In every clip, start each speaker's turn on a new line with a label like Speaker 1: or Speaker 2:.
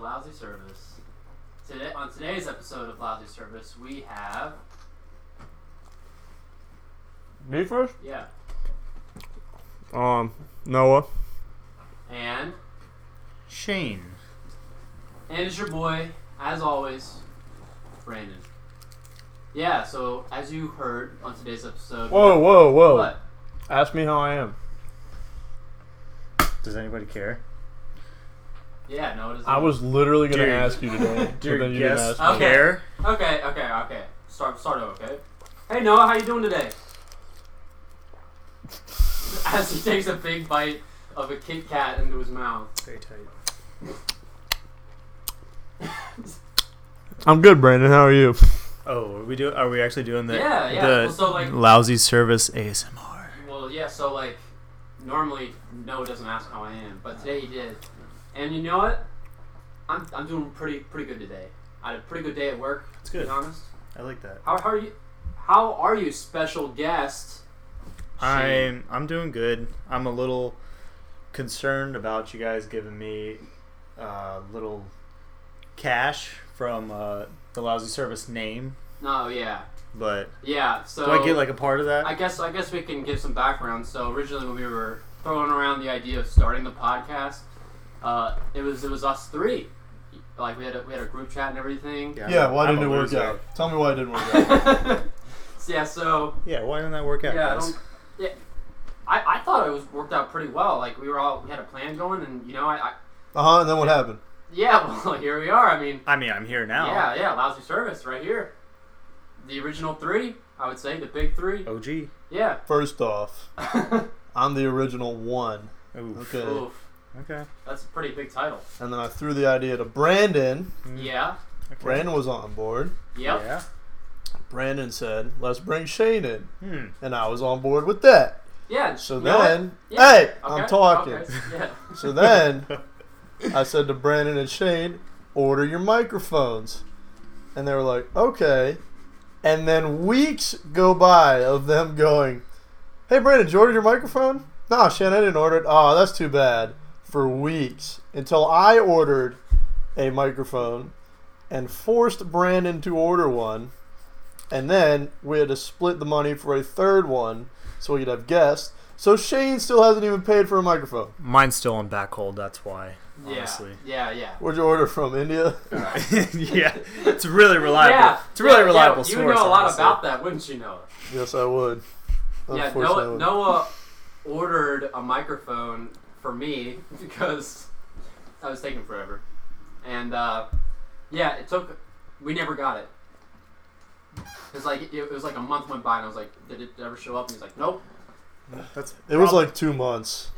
Speaker 1: Lousy Service. Today, on today's episode of Lousy Service, we have
Speaker 2: Me first?
Speaker 1: yeah,
Speaker 2: Um, Noah.
Speaker 1: and
Speaker 3: Shane.
Speaker 1: and it's your boy, as always, Brandon. Yeah. So as you heard on today's episode,
Speaker 2: Whoa, whoa, whoa.
Speaker 1: what?
Speaker 2: Ask me how I am.
Speaker 3: Does anybody care?
Speaker 1: Yeah. No. It is.
Speaker 2: I was literally going
Speaker 3: Dude.
Speaker 2: to ask you today.
Speaker 3: Do your
Speaker 2: but then you didn't ask
Speaker 3: guests
Speaker 2: me.
Speaker 1: Okay.
Speaker 3: care?
Speaker 1: Okay. Okay. Okay. Start. Start. over, Okay. Hey Noah, how you doing today? As he takes a big bite of a Kit Kat into his mouth.
Speaker 3: Very tight.
Speaker 2: I'm good, Brandon. How are you?
Speaker 3: Oh, are we do? Are we actually doing the
Speaker 1: Yeah, yeah.
Speaker 3: the
Speaker 1: Well, so, like-
Speaker 3: lousy service ASMR?
Speaker 1: Well, yeah, so like normally Noah doesn't ask how I am, but today he did. And you know what? I'm, I'm doing pretty pretty good today. I had a pretty good day at work,
Speaker 3: That's
Speaker 1: to
Speaker 3: good.
Speaker 1: be honest.
Speaker 3: I like that.
Speaker 1: How, how are you how are you, special guest? Shane?
Speaker 3: I'm I'm doing good. I'm a little concerned about you guys giving me a uh, little cash from uh, the lousy service name,
Speaker 1: No, yeah.
Speaker 3: but
Speaker 1: Yeah, so
Speaker 3: do I get like a part of that?
Speaker 1: I guess I guess we can give some background. So originally, when we were throwing around the idea of starting the podcast, uh, it was it was us three. Like we had a, we had a group chat and everything.
Speaker 3: I'm a loser.
Speaker 2: Tell me why it didn't work
Speaker 1: Yeah. so, yeah. So
Speaker 3: Yeah, why didn't that work out?
Speaker 1: yeah, I
Speaker 3: guys?
Speaker 1: don't. Yeah, I, I thought it was worked out pretty well. Like we were all we had a plan going, and you know I, I
Speaker 2: Uh huh, and then what happened?
Speaker 1: yeah well here we are. I mean
Speaker 3: I mean, I'm here now.
Speaker 1: yeah yeah lousy service right here. The original three, I would say the big three.
Speaker 3: OG.
Speaker 1: Yeah.
Speaker 2: First off, I'm the original one.
Speaker 3: Oof.
Speaker 2: Okay.
Speaker 1: Oof,
Speaker 3: Okay.
Speaker 1: that's a pretty big title.
Speaker 2: And then I threw the idea to Brandon.
Speaker 1: Yeah.
Speaker 3: okay.
Speaker 2: Brandon was on board.
Speaker 1: Yep.
Speaker 3: Mm. Yeah.
Speaker 2: Brandon said, let's bring Shane in.
Speaker 3: Hmm.
Speaker 2: And I was on board with that.
Speaker 1: Yeah.
Speaker 2: So
Speaker 1: you know what?
Speaker 2: then,
Speaker 1: Yeah,
Speaker 2: hey,
Speaker 1: okay,
Speaker 2: I'm talking.
Speaker 1: okay, Yeah.
Speaker 2: So then I said to Brandon and Shane, order your microphones. And they were like, okay. And then weeks go by of them going, hey, Brandon, did you order your microphone? Nah, Shane, I didn't order it. Oh, that's too bad. For weeks until I ordered a microphone and forced Brandon to order one. And then we had to split the money for a third one so we could have guests. So Shane still hasn't even paid for a microphone.
Speaker 3: Mine's still on back hold. That's why.
Speaker 1: Yeah.
Speaker 3: Honestly.
Speaker 1: Yeah. Yeah.
Speaker 2: Where'd you order from? India?
Speaker 3: yeah, it's a really reliable.
Speaker 1: Yeah,
Speaker 3: It's a really
Speaker 1: yeah,
Speaker 3: reliable
Speaker 1: yeah, You
Speaker 3: source.
Speaker 1: would know a lot
Speaker 3: honestly.
Speaker 1: about that, wouldn't you, Noah?
Speaker 2: yes, I would.
Speaker 1: Yeah,
Speaker 2: Unfortunately, I
Speaker 1: Noah,
Speaker 2: would.
Speaker 1: Noah ordered a microphone for me because I was taking forever. And uh, yeah, it took. We never got it. It's like it, it was like a month went by, and I was like, "Did it ever show up?" And he's like, "Nope."
Speaker 3: That's
Speaker 2: It was like two months.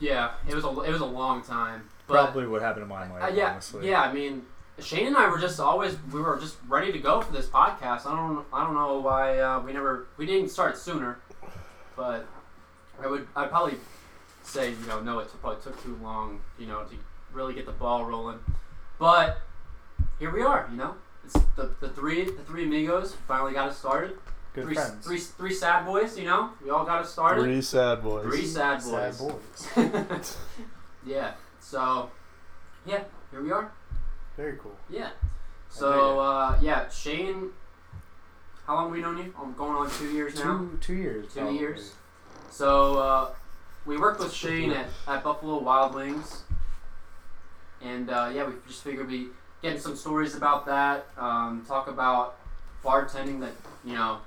Speaker 1: Yeah, it was a it was a long time. But,
Speaker 3: probably what happened to my life.
Speaker 1: Uh, yeah,
Speaker 3: honestly.
Speaker 1: yeah. I mean, Shane and I were just always we were just ready to go for this podcast. I don't I don't know why uh, we never we didn't start sooner, but I would I would probably say you know no it probably took too long you know to really get the ball rolling, but here we are you know it's the, the three the three amigos finally got us started
Speaker 3: Good
Speaker 1: three,
Speaker 3: friends.
Speaker 1: three three sad boys you know we all got us started
Speaker 2: Three sad boys.
Speaker 1: Three sad boys.
Speaker 3: Sad boys.
Speaker 1: yeah so yeah here we are.
Speaker 3: Very cool.
Speaker 1: Yeah. So uh, yeah, Shane. How long have we known you? I'm going on two years now.
Speaker 3: two years.
Speaker 4: Oh,
Speaker 1: Two years. So uh, we worked with Shane at, at Buffalo Wild Wings, and uh, yeah, we just figured we getting some stories about that. Um, talk about bartending that you know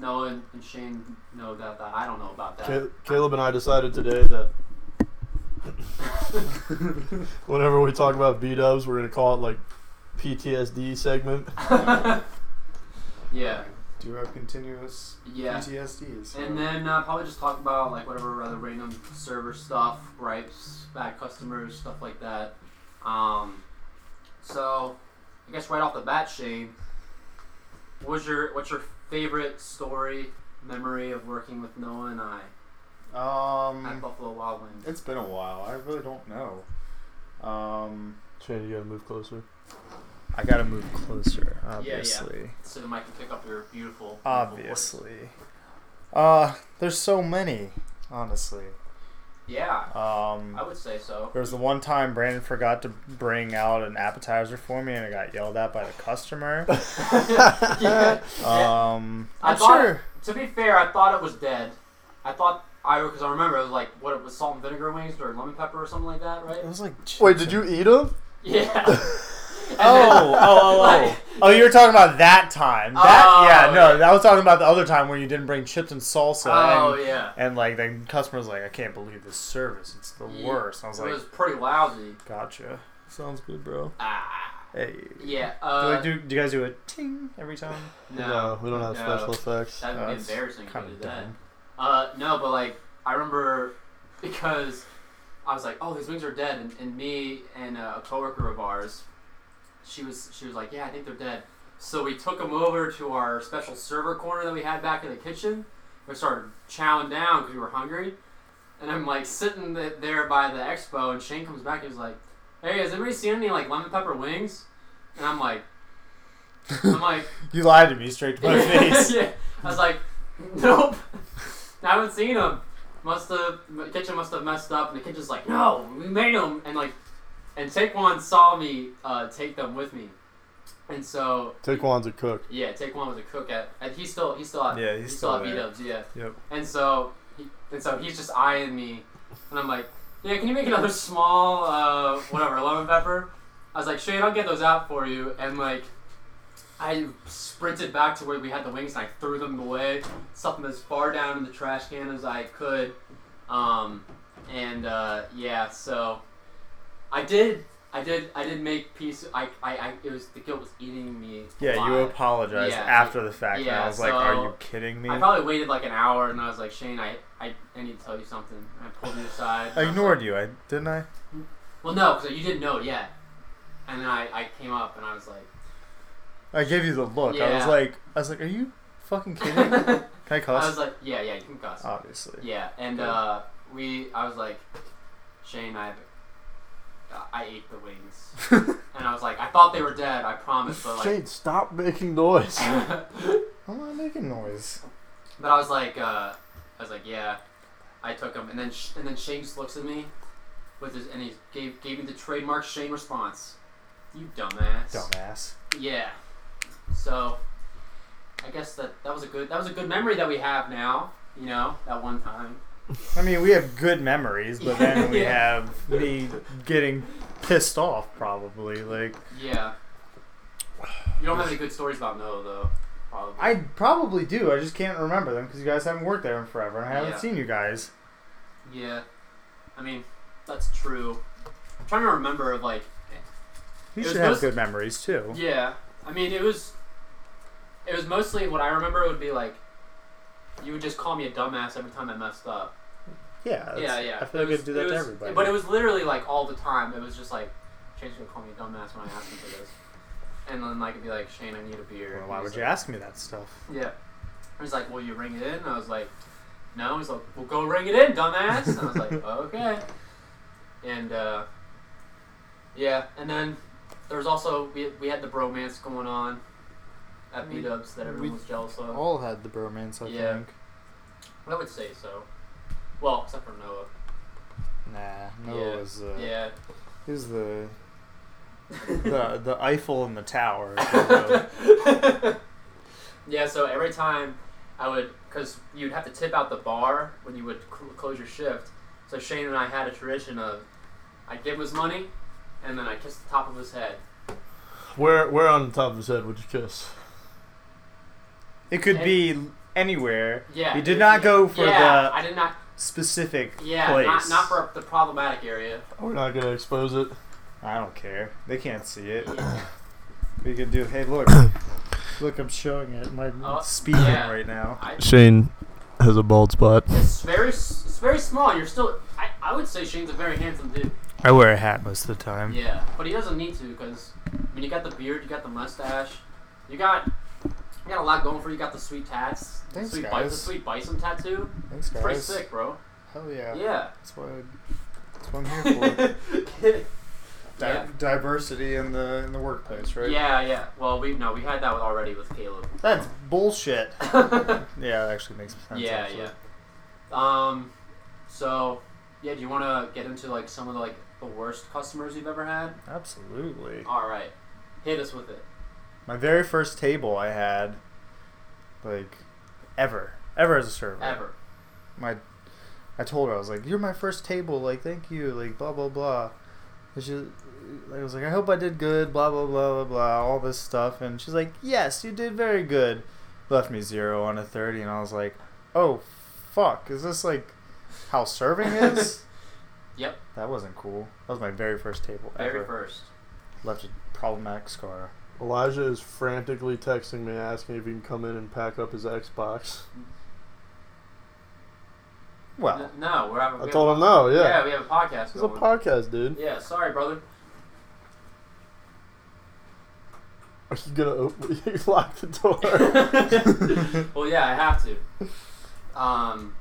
Speaker 1: Noah and, and Shane know about that. I don't know about that.
Speaker 2: Ca- Caleb and I decided today that whenever we talk about B dubs, we're gonna call it like PTSD segment.
Speaker 1: yeah.
Speaker 4: Do our continuous
Speaker 1: Yeah.
Speaker 4: PTSDs.
Speaker 1: And then uh, probably just talk about like whatever other random server stuff, gripes, bad customers, stuff like that. Um, so I guess right off the bat, Shane, what's your what's your favorite story memory of working with Noah and I at
Speaker 4: um,
Speaker 1: Buffalo Wild Wings?
Speaker 4: it's been a while. I really don't know. Um,
Speaker 2: Shane, you gotta move closer.
Speaker 3: I gotta move closer.
Speaker 1: yeah.
Speaker 3: Obviously.
Speaker 1: So the mic can pick up your beautiful, beautiful
Speaker 4: Obviously. Uh, there's so many. Honestly.
Speaker 1: voice. Yeah,
Speaker 4: Um,
Speaker 1: I would say so.
Speaker 4: There was the one time Brandon forgot to bring out an appetizer for me, and I got yelled at by the customer.
Speaker 1: Yeah.
Speaker 4: Um,
Speaker 1: I
Speaker 4: I'm
Speaker 1: thought-
Speaker 4: sure.
Speaker 1: To be fair, I thought it was dead. I thought I because I remember it was like what it was salt and vinegar wings or lemon pepper or something like that, right?
Speaker 4: It was like.
Speaker 2: Wait, did you eat them?
Speaker 1: Yeah.
Speaker 4: Oh, oh, oh, oh. Oh, you were talking about that time. That,
Speaker 1: Oh,
Speaker 4: yeah, no,
Speaker 1: yeah.
Speaker 4: I was talking about the other time when you didn't bring chips and salsa.
Speaker 1: oh
Speaker 4: and,
Speaker 1: yeah.
Speaker 4: and like the customer's like, I can't believe this service. It's the
Speaker 1: Yeah.
Speaker 4: worst. I was
Speaker 1: It
Speaker 4: like,
Speaker 1: was pretty lousy.
Speaker 4: gotcha. Sounds good, bro.
Speaker 1: Ah.
Speaker 4: Hey.
Speaker 1: Yeah.
Speaker 4: do,
Speaker 1: Uh,
Speaker 4: I do, do you guys do a ting every time?
Speaker 1: no,
Speaker 2: we don't have
Speaker 1: no.
Speaker 2: special effects.
Speaker 1: That would be
Speaker 4: That's
Speaker 1: embarrassing if you
Speaker 4: kinda
Speaker 1: did that.
Speaker 4: dumb.
Speaker 1: Uh, no, but like I remember because I was like, "Oh, these wings are dead," and, and me and uh, a coworker of ours, she was she was like, "Yeah, I think they're dead." So we took them over to our special server corner that we had back in the kitchen. We started chowing down because we were hungry, and I'm like sitting th- there by the expo, and Shane comes back and he's like, "Hey, has anybody seen any like lemon pepper wings?" And I'm like, I'm like.
Speaker 4: You lied to me straight to my face.
Speaker 1: yeah. I was like, nope. I haven't seen them. Must have the kitchen must have messed up, and the kitchen's like, no, we made them, and like, and Take One saw me uh, take them with me, and so
Speaker 2: Taekwon's a cook.
Speaker 1: yeah, Take One was a cook at, and he's still he's still at
Speaker 4: Yeah, he's still
Speaker 1: at
Speaker 4: there.
Speaker 1: B-Dubs, yeah.
Speaker 4: Yep.
Speaker 1: And so he, and so he's just eyeing me, and I'm like, yeah, can you make another small uh, whatever lemon pepper? I was like, Shane, I'll get those out for you, and like. I sprinted back to where we had the wings and I threw them away, stuffed them as far down in the trash can as I could. Um, and uh, yeah, so I did, I did, I did make peace. I, I, I it was the guilt was eating me.
Speaker 4: Yeah, you
Speaker 1: alive.
Speaker 4: apologized
Speaker 1: Yeah,
Speaker 4: after the fact. and
Speaker 1: yeah,
Speaker 4: I was like, are
Speaker 1: so-
Speaker 4: you kidding me?
Speaker 1: I probably waited like an hour and I was like, Shane, I, I, I need to tell you something. And I pulled you aside. and
Speaker 4: I
Speaker 1: was
Speaker 4: ignored
Speaker 1: like-
Speaker 4: you, I didn't I?
Speaker 1: Well, no, because you didn't know it yet. And then I, I came up and I was like,
Speaker 4: I gave you the look. I was
Speaker 1: Yeah.
Speaker 4: like, I was like, are you fucking kidding? me? Oh, Can I cuss?
Speaker 1: I was like, yeah, yeah, you can cuss.
Speaker 4: Obviously.
Speaker 1: Yeah, and uh, we, I was like, Shane, I, I ate the wings, and I was like, I thought they were dead. I promise, but like,
Speaker 2: Shane, stop making noise.
Speaker 1: but
Speaker 4: I'm not making noise.
Speaker 1: I was like, uh, I was like, yeah, I took them, and then sh- and then Shane just looks at me with his, and he gave gave me the trademark Shane response. You dumbass.
Speaker 4: Dumbass.
Speaker 1: Yeah. So, I guess that that was a good that was a good memory that we have now. You know, that one time.
Speaker 4: I mean, we have good memories, but then we
Speaker 1: Yeah.
Speaker 4: have me getting pissed off, probably. Like,
Speaker 1: Yeah. You don't have any good stories about Noah, though. Probably.
Speaker 4: I probably do. I just can't remember them because you guys haven't worked there in forever, and I haven't
Speaker 1: Yeah.
Speaker 4: seen you guys.
Speaker 1: yeah. I mean, that's true. I'm trying to remember of like.
Speaker 4: You
Speaker 1: It
Speaker 4: should
Speaker 1: was
Speaker 4: have
Speaker 1: most-
Speaker 4: good memories too.
Speaker 1: Yeah. I mean, it was. It was mostly what I remember would be like. You would just call me a dumbass every time I messed up.
Speaker 4: Yeah, that's-
Speaker 1: yeah, yeah.
Speaker 4: I feel
Speaker 1: It
Speaker 4: like
Speaker 1: was-
Speaker 4: I do that
Speaker 1: it
Speaker 4: to
Speaker 1: was-
Speaker 4: everybody.
Speaker 1: But it was literally like all the time. It was just like, Shane's gonna call me a dumbass when I ask him for this, and then like it'd be like, Shane, I need a beer.
Speaker 4: Well,
Speaker 1: And
Speaker 4: why
Speaker 1: he's
Speaker 4: would
Speaker 1: like-
Speaker 4: you ask me that stuff?
Speaker 1: Yeah. He's like, "Will you ring it in?" And I was like, "No." He's like, "Well, go ring it in, dumbass." And I was like, "Okay." And uh, yeah, and then there was also we, we had the bromance going on at
Speaker 4: We-
Speaker 1: B Dubs that everyone
Speaker 4: we-
Speaker 1: was jealous of.
Speaker 4: All had the bromance, I
Speaker 1: Yeah.
Speaker 4: think.
Speaker 1: I would say so. Well, except for Noah.
Speaker 4: Nah, no,
Speaker 1: Yeah.
Speaker 4: it was uh,
Speaker 1: yeah.
Speaker 4: it was the the the Eiffel in the tower.
Speaker 1: yeah, so every time I would, because you'd have to tip out the bar when you would cl- close your shift. So Shane and I had a tradition of I'd give him his money and then I kiss the top of his head.
Speaker 2: Where, where on the top of his head would you kiss?
Speaker 4: it could be anywhere.
Speaker 1: Yeah.
Speaker 4: You did not go for
Speaker 1: yeah,
Speaker 4: the
Speaker 1: I did not.
Speaker 4: specific
Speaker 1: Yeah,
Speaker 4: place.
Speaker 1: not, not for the problematic area.
Speaker 2: We're not gonna expose it.
Speaker 4: I don't care. They can't see it.
Speaker 1: Yeah.
Speaker 4: We could do. Hey, look, look, I'm showing it. My
Speaker 1: Oh,
Speaker 4: speaking
Speaker 1: yeah.
Speaker 4: right now.
Speaker 1: I,
Speaker 2: Shane has a bald spot.
Speaker 1: it's very, s- it's very small. You're still. I, I would say Shane's a very handsome dude.
Speaker 4: I wear a hat most of the time.
Speaker 1: Yeah, but he doesn't need to because I mean, you got the beard, you got the mustache, you got you got a lot going for you. You got the sweet tats, the
Speaker 4: Thanks,
Speaker 1: sweet the
Speaker 4: guys.
Speaker 1: sweet bison tattoo.
Speaker 4: Thanks,
Speaker 1: It's pretty sick, bro.
Speaker 4: Hell yeah.
Speaker 1: Yeah.
Speaker 4: That's what. I, that's what I'm here for. Di-
Speaker 1: Yeah.
Speaker 4: Diversity in the in the workplace, right?
Speaker 1: yeah, yeah. Well, we no, we had that already with Caleb.
Speaker 4: That's bullshit. yeah, it actually makes sense.
Speaker 1: yeah,
Speaker 4: actually.
Speaker 1: yeah. Um, so Yeah, do you want to get into like some of the, like the worst customers you've ever had?
Speaker 4: Absolutely.
Speaker 1: All right, hit us with it.
Speaker 4: My very first table I had, like, ever, ever as a server.
Speaker 1: Ever.
Speaker 4: my I told her I was like, "You're my first table, like thank you, like blah blah blah." And she, I was like, "I hope I did good, blah blah blah blah blah," all this stuff, and she's like, "Yes, you did very good." Left me zero on a thirty, and I was like, "Oh, fuck, is this like how serving is?"
Speaker 1: Yep.
Speaker 4: That wasn't cool. That was my very first table
Speaker 1: Very
Speaker 4: ever.
Speaker 1: first.
Speaker 4: Left a problematic scar.
Speaker 2: Elijah is frantically texting me asking if he can come in and pack up his Xbox.
Speaker 4: Well,
Speaker 1: N- no, we're having.
Speaker 2: I
Speaker 1: we
Speaker 2: told
Speaker 1: have,
Speaker 2: him no, yeah.
Speaker 1: Yeah, we have a podcast.
Speaker 2: This is a
Speaker 1: going.
Speaker 2: podcast, dude.
Speaker 1: Yeah, sorry, brother.
Speaker 2: Are you gonna open you lock the door?
Speaker 1: well, yeah, I have to. Um,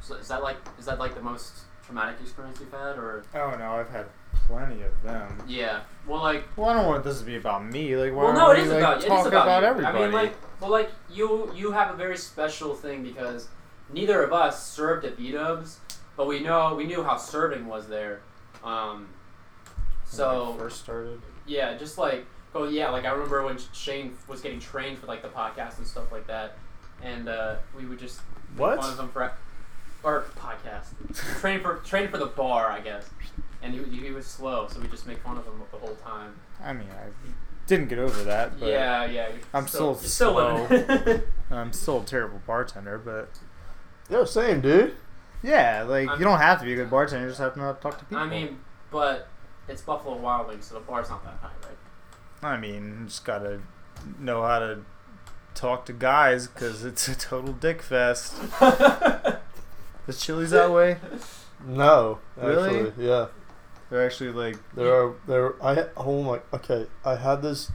Speaker 1: so is that like is that like the most traumatic experience you've had, or
Speaker 4: oh no, I've had plenty of them.
Speaker 1: yeah? Well, like
Speaker 4: Well, I don't want this to be about me. Like, why
Speaker 1: well, no,
Speaker 4: are
Speaker 1: it
Speaker 4: we
Speaker 1: is
Speaker 4: like,
Speaker 1: about it
Speaker 4: talking
Speaker 1: is about, you.
Speaker 4: everybody?
Speaker 1: I mean, like well, like you you have a very special thing because neither of us served at B Dubs, but we know we knew how serving was there. Um, so
Speaker 4: when I first started.
Speaker 1: Yeah, just like oh yeah, like I remember when Shane was getting trained for like the podcast and stuff like that, and uh, we would just make
Speaker 4: What?
Speaker 1: fun of him for or podcast train for train for the bar, I guess. And he, he was slow, so we just make fun of him the whole time.
Speaker 4: I mean, I didn't get over that, but
Speaker 1: yeah, yeah. you're
Speaker 4: I'm
Speaker 1: still
Speaker 4: still
Speaker 1: you're still living.
Speaker 4: I'm still a terrible bartender. But
Speaker 2: Yo, same, dude.
Speaker 4: yeah, like
Speaker 1: I'm-
Speaker 4: you don't have to be a good bartender; you just have to know how to talk to people.
Speaker 1: I mean, but it's Buffalo Wild Wings, so the bar's not that high, right?
Speaker 4: I mean, you just gotta know how to talk to guys because it's a total dick fest. the Chili's that way.
Speaker 2: No,
Speaker 4: Really?
Speaker 2: actually, yeah.
Speaker 4: They're actually like
Speaker 2: There are there. I oh my. Okay, I had this.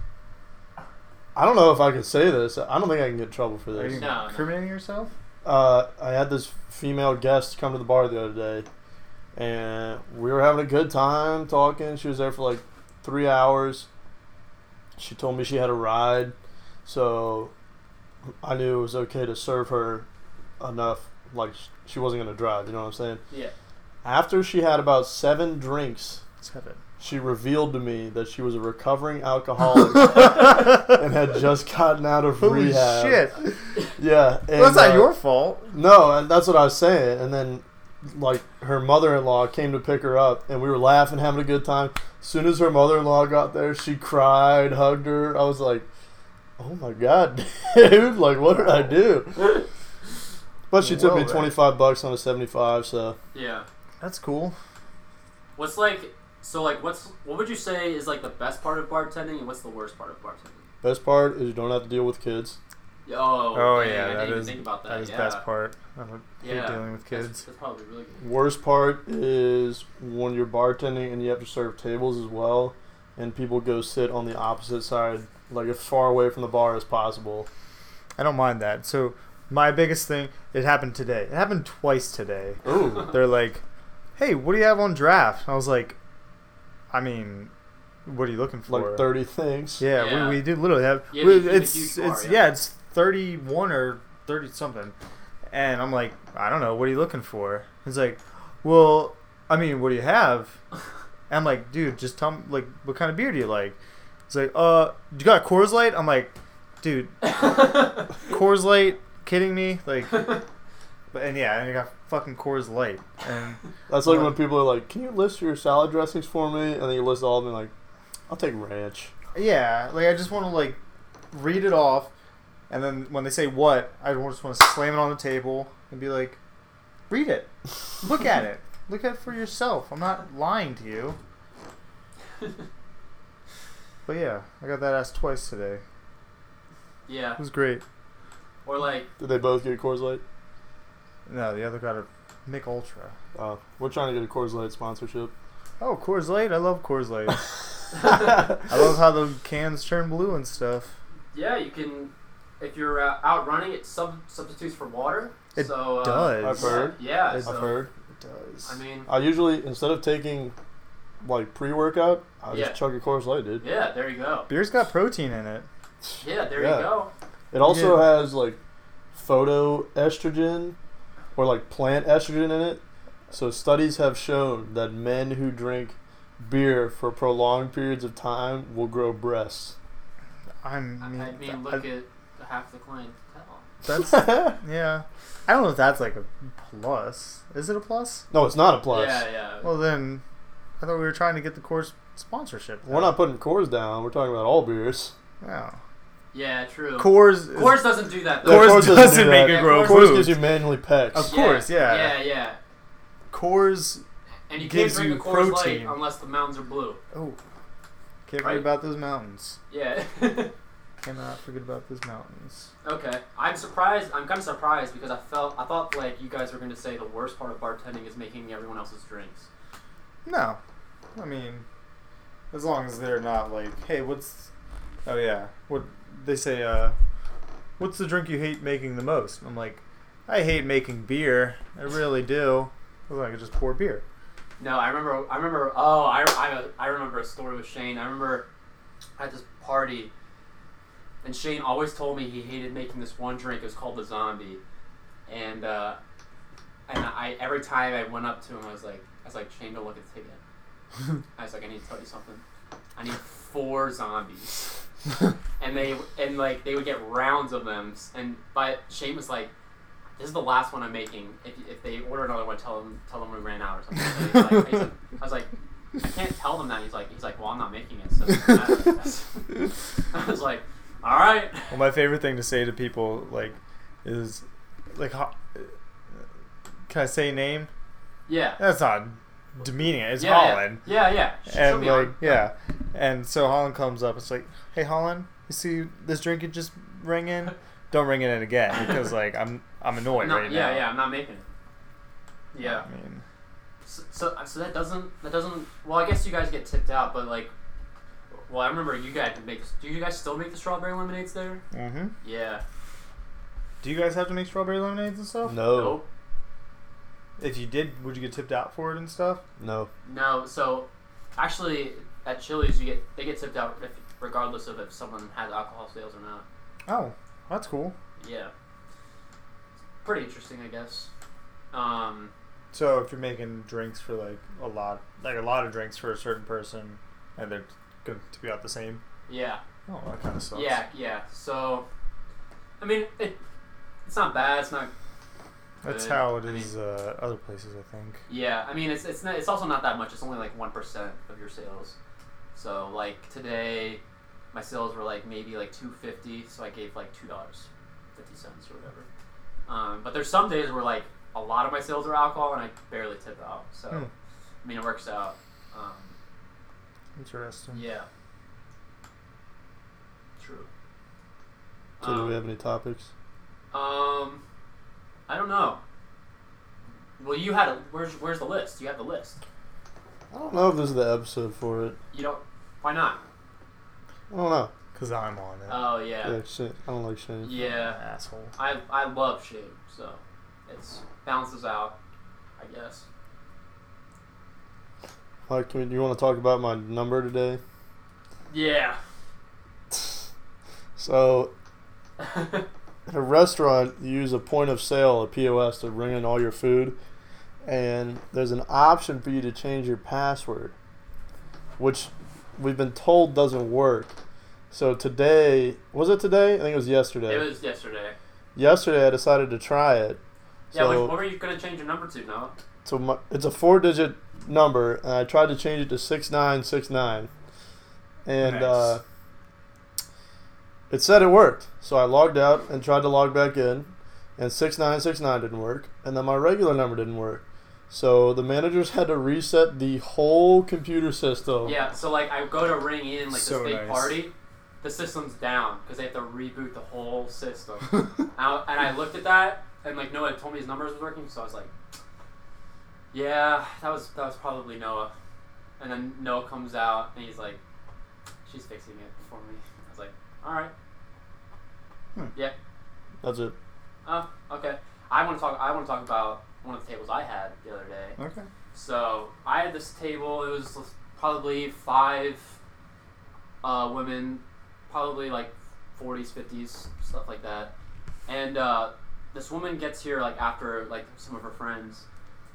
Speaker 2: I don't know if I can say this. I don't think I can get in trouble for
Speaker 4: are you
Speaker 2: this.
Speaker 1: No, no.
Speaker 4: incriminating yourself?
Speaker 2: Uh, I had this female guest come to the bar the other day, and we were having a good time talking. She was there for like three hours. She told me she had a ride, so I knew it was okay to serve her enough. Like sh- she wasn't gonna drive. You know what I'm saying?
Speaker 1: Yeah.
Speaker 2: After she had about seven drinks,
Speaker 4: Seven.
Speaker 2: she revealed to me that she was a recovering alcoholic and had just gotten out of
Speaker 4: Holy
Speaker 2: rehab.
Speaker 4: shit!
Speaker 2: Yeah. And,
Speaker 4: Well, that's
Speaker 2: uh,
Speaker 4: not your fault.
Speaker 2: No, and that's what I was saying. And then, like, her mother-in-law came to pick her up, and we were laughing, having a good time. soon as her mother-in-law got there, she cried, hugged her. I was like, "Oh my god, dude! Like, what did I do?" But she took
Speaker 4: Whoa,
Speaker 2: me
Speaker 4: that-
Speaker 2: twenty-five bucks on a seventy-five. So
Speaker 1: Yeah.
Speaker 4: That's cool.
Speaker 1: What's like so like what's what would you say is like the best part of bartending and what's the worst part of bartending?
Speaker 2: best part is you don't have to deal with kids.
Speaker 1: Oh,
Speaker 4: Oh,
Speaker 1: dang,
Speaker 4: yeah,
Speaker 1: I
Speaker 4: that
Speaker 1: didn't even
Speaker 4: is-
Speaker 1: think about that.
Speaker 4: That is
Speaker 1: yeah.
Speaker 4: best part. I don't hate
Speaker 1: Yeah.
Speaker 4: dealing with
Speaker 1: That's-
Speaker 4: kids.
Speaker 1: That's, probably really good.
Speaker 2: Worst part is when you're bartending and you have to serve tables as well, and people go sit on the opposite side, like as far away from the bar as possible.
Speaker 4: I don't mind that. So my biggest thing, it happened today. It happened twice today.
Speaker 2: Ooh.
Speaker 4: They're like, "Hey, what do you have on draft?" And I was like, "I mean, what are you looking for?"
Speaker 2: like 30 things.
Speaker 4: Yeah,
Speaker 1: Yeah.
Speaker 4: We, we do literally have.
Speaker 1: Yeah,
Speaker 4: we-
Speaker 1: it's a huge
Speaker 4: it's
Speaker 1: bar,
Speaker 4: it's
Speaker 1: yeah.
Speaker 4: yeah. it's thirty one or thirty something, and I'm like, I don't know. What are you looking for? He's like, Well, I mean, what do you have? I'm like, dude, just tell me like what kind of beer do you like? He's like, uh, you got Coors Light? I'm like, dude, Coors Light? Kidding me? Like, but and yeah, and I got fucking Coors Light, and
Speaker 2: That's like
Speaker 4: Right.
Speaker 2: when people are like, can you list your salad dressings for me? And then you list all of them, like, I'll take ranch.
Speaker 4: yeah, like I just want to like read it off, and then when they say what, I just want to slam it on the table and be like, read it, look at it, look at it for yourself. I'm not lying to you. But yeah, I got that ass twice today.
Speaker 1: yeah.
Speaker 4: It was great.
Speaker 1: Or like
Speaker 2: Did they both get a Coors Light?
Speaker 4: No, the other got a Mick Ultra.
Speaker 2: Uh, we're trying to get a Coors Light sponsorship.
Speaker 4: Oh, Coors Light. I love Coors Light. I love how the cans turn blue and stuff.
Speaker 1: yeah, you can if you're uh, out running it sub- substitutes for water.
Speaker 4: It
Speaker 1: so uh,
Speaker 4: does.
Speaker 2: I've heard.
Speaker 1: Yeah.
Speaker 4: It-
Speaker 1: so,
Speaker 2: I've heard.
Speaker 4: It does.
Speaker 1: I mean,
Speaker 2: I usually, instead of taking, like, pre workout, I
Speaker 1: Yeah.
Speaker 2: just chug a Coors Light, dude.
Speaker 1: yeah, there you go.
Speaker 4: beer's got protein in it.
Speaker 1: Yeah, there
Speaker 2: Yeah.
Speaker 1: you go.
Speaker 2: It also
Speaker 4: Yeah.
Speaker 2: has, like, photoestrogen or, like, plant estrogen in it. So studies have shown that men who drink beer for prolonged periods of time will grow breasts.
Speaker 4: I'm.
Speaker 1: I, I mean,
Speaker 4: I-
Speaker 1: look at half the clientele.
Speaker 4: that's
Speaker 2: no,
Speaker 4: yeah. I don't know if that's like a plus. Is it a plus?
Speaker 2: it's not a plus.
Speaker 1: Yeah, yeah.
Speaker 4: Well then, I thought we were trying to get the course sponsorship.
Speaker 2: We're not putting Coors down. We're talking about all beers.
Speaker 4: Yeah.
Speaker 1: yeah, true.
Speaker 4: Coors. is-
Speaker 1: Coors doesn't do that though.
Speaker 4: Coors
Speaker 2: Coors doesn't
Speaker 4: doesn't
Speaker 2: do
Speaker 4: make
Speaker 2: that.
Speaker 4: it grow
Speaker 1: Yeah,
Speaker 2: Coors
Speaker 4: boobs.
Speaker 2: gives you manually pecs.
Speaker 4: Of course, yeah.
Speaker 1: Yeah, yeah.
Speaker 4: Coors.
Speaker 1: And you can't
Speaker 4: Gives
Speaker 1: drink
Speaker 4: you
Speaker 1: a Coors
Speaker 4: protein.
Speaker 1: Light unless the mountains are blue.
Speaker 4: Oh, can't
Speaker 1: Right.
Speaker 4: forget about those mountains.
Speaker 1: Yeah.
Speaker 4: Cannot forget about those mountains.
Speaker 1: okay. I'm surprised. I'm kind of surprised because I felt I thought like you guys were going to say the worst part of bartending is making everyone else's drinks.
Speaker 4: No, I mean, as long as they're not like, hey, what's? Oh yeah, what they say? Uh, what's the drink you hate making the most? I'm like, I hate making beer. I really do. I was like, I could just pour beer.
Speaker 1: No, I remember. I remember. Oh, I, I, I remember a story with Shane. I remember at this party, and Shane always told me he hated making this one drink. It was called the zombie, and uh, and I every time I went up to him, I was like, I was like, Shane, go look at the ticket. I was like, I need to tell you something. I need four zombies, and they and like they would get rounds of them. And but Shane was like, this is the last one I'm making. If, if they order another one, tell them tell them we ran out or something. So he's like, he's like- I was like, I can't tell them that. He's like, he's like, well, I'm not making it. So it doesn't matter." I was like, all right.
Speaker 4: Well, my favorite thing to say to people like is like, ho- uh, can I say name?
Speaker 1: Yeah.
Speaker 4: That's not demeaning. It. It's
Speaker 1: yeah, yeah.
Speaker 4: Holland.
Speaker 1: Yeah, yeah. Sh- she'll
Speaker 4: and
Speaker 1: be
Speaker 4: like
Speaker 1: on.
Speaker 4: yeah and so holland comes up it's like hey holland you see this drink you just ring in don't ring it in again because like i'm i'm annoyed
Speaker 1: I'm not-
Speaker 4: right
Speaker 1: yeah,
Speaker 4: now
Speaker 1: yeah. I'm not making it. Yeah.
Speaker 4: i mean
Speaker 1: So, so uh, so that doesn't that doesn't. Well, I guess you guys get tipped out, but like, well, I remember you guys make. Do you guys still make the strawberry lemonades there?
Speaker 4: mm-hmm.
Speaker 1: Yeah.
Speaker 4: do you guys have to make strawberry lemonades and stuff
Speaker 2: No,
Speaker 1: Nope.
Speaker 4: if you did would you get tipped out for it and stuff
Speaker 2: no.
Speaker 1: No, so actually at Chili's you get they get tipped out if, regardless of if someone has alcohol sales or not.
Speaker 4: oh that's cool
Speaker 1: Yeah. Pretty interesting, I guess. Um,
Speaker 4: so if you're making drinks for like a lot like a lot of drinks for a certain person and they're going to be out the same
Speaker 1: yeah.
Speaker 4: oh that kind of sucks
Speaker 1: Yeah, yeah. So I mean, it, it's not bad, it's not
Speaker 4: that's
Speaker 1: good.
Speaker 4: how it
Speaker 1: I mean-
Speaker 4: is uh, other places i think
Speaker 1: Yeah, I mean it's it's not, it's also not that much. It's only like one percent of your sales. So like today, my sales were like maybe like two fifty. So I gave like two dollars fifty cents or whatever. Um, but there's some days where like a lot of my sales are alcohol and I barely tip out. So
Speaker 4: Hmm.
Speaker 1: I mean it works out. Um,
Speaker 2: Hmm.
Speaker 4: interesting
Speaker 1: yeah. True.
Speaker 2: So do we have any topics?
Speaker 1: Um, I don't know. Well, you had a, where's where's the list? You have the list.
Speaker 2: I don't know if this is the episode for it.
Speaker 1: You don't. Why not?
Speaker 2: I don't know.
Speaker 4: because i'm on it
Speaker 1: Oh yeah.
Speaker 2: Yeah, Shane- I don't like Shane.
Speaker 1: Yeah.
Speaker 4: asshole
Speaker 1: I I love shade, so it's balances out, I guess.
Speaker 2: Like, can we, you want to talk about my number today?
Speaker 1: Yeah.
Speaker 2: So, at a restaurant, you use a point of sale, a POS, to ring in all your food, and there's an option for you to change your password, which we've been told doesn't work. So today, was it today? I think it was yesterday.
Speaker 1: it was yesterday.
Speaker 2: yesterday, I decided to try it.
Speaker 1: Yeah,
Speaker 2: So,
Speaker 1: what, what were you gonna change your number to, Noah?
Speaker 2: So my, it's a four digit number, and I tried to change it to 6969. And
Speaker 4: Nice.
Speaker 2: uh, it said it worked. So I logged out and tried to log back in, and 6969 didn't work. And then my regular number didn't work. So the managers had to reset the whole computer system.
Speaker 1: Yeah, so like I go to ring in like
Speaker 4: So
Speaker 1: this big
Speaker 4: nice.
Speaker 1: party, the system's down because they have to reboot the whole system. and, I, and I looked at that and like Noah told me his numbers was working, so I was like, yeah, that was that was probably Noah. And then Noah comes out and he's like, she's fixing it for me. I was like, all right.
Speaker 2: That's it.
Speaker 1: Oh, okay. I want to talk. I want to talk about one of the tables I had the other day.
Speaker 4: okay
Speaker 1: So I had this table. It was probably five uh, women, probably like 40s, 50s, stuff like that. And uh, this woman gets here like after like some of her friends,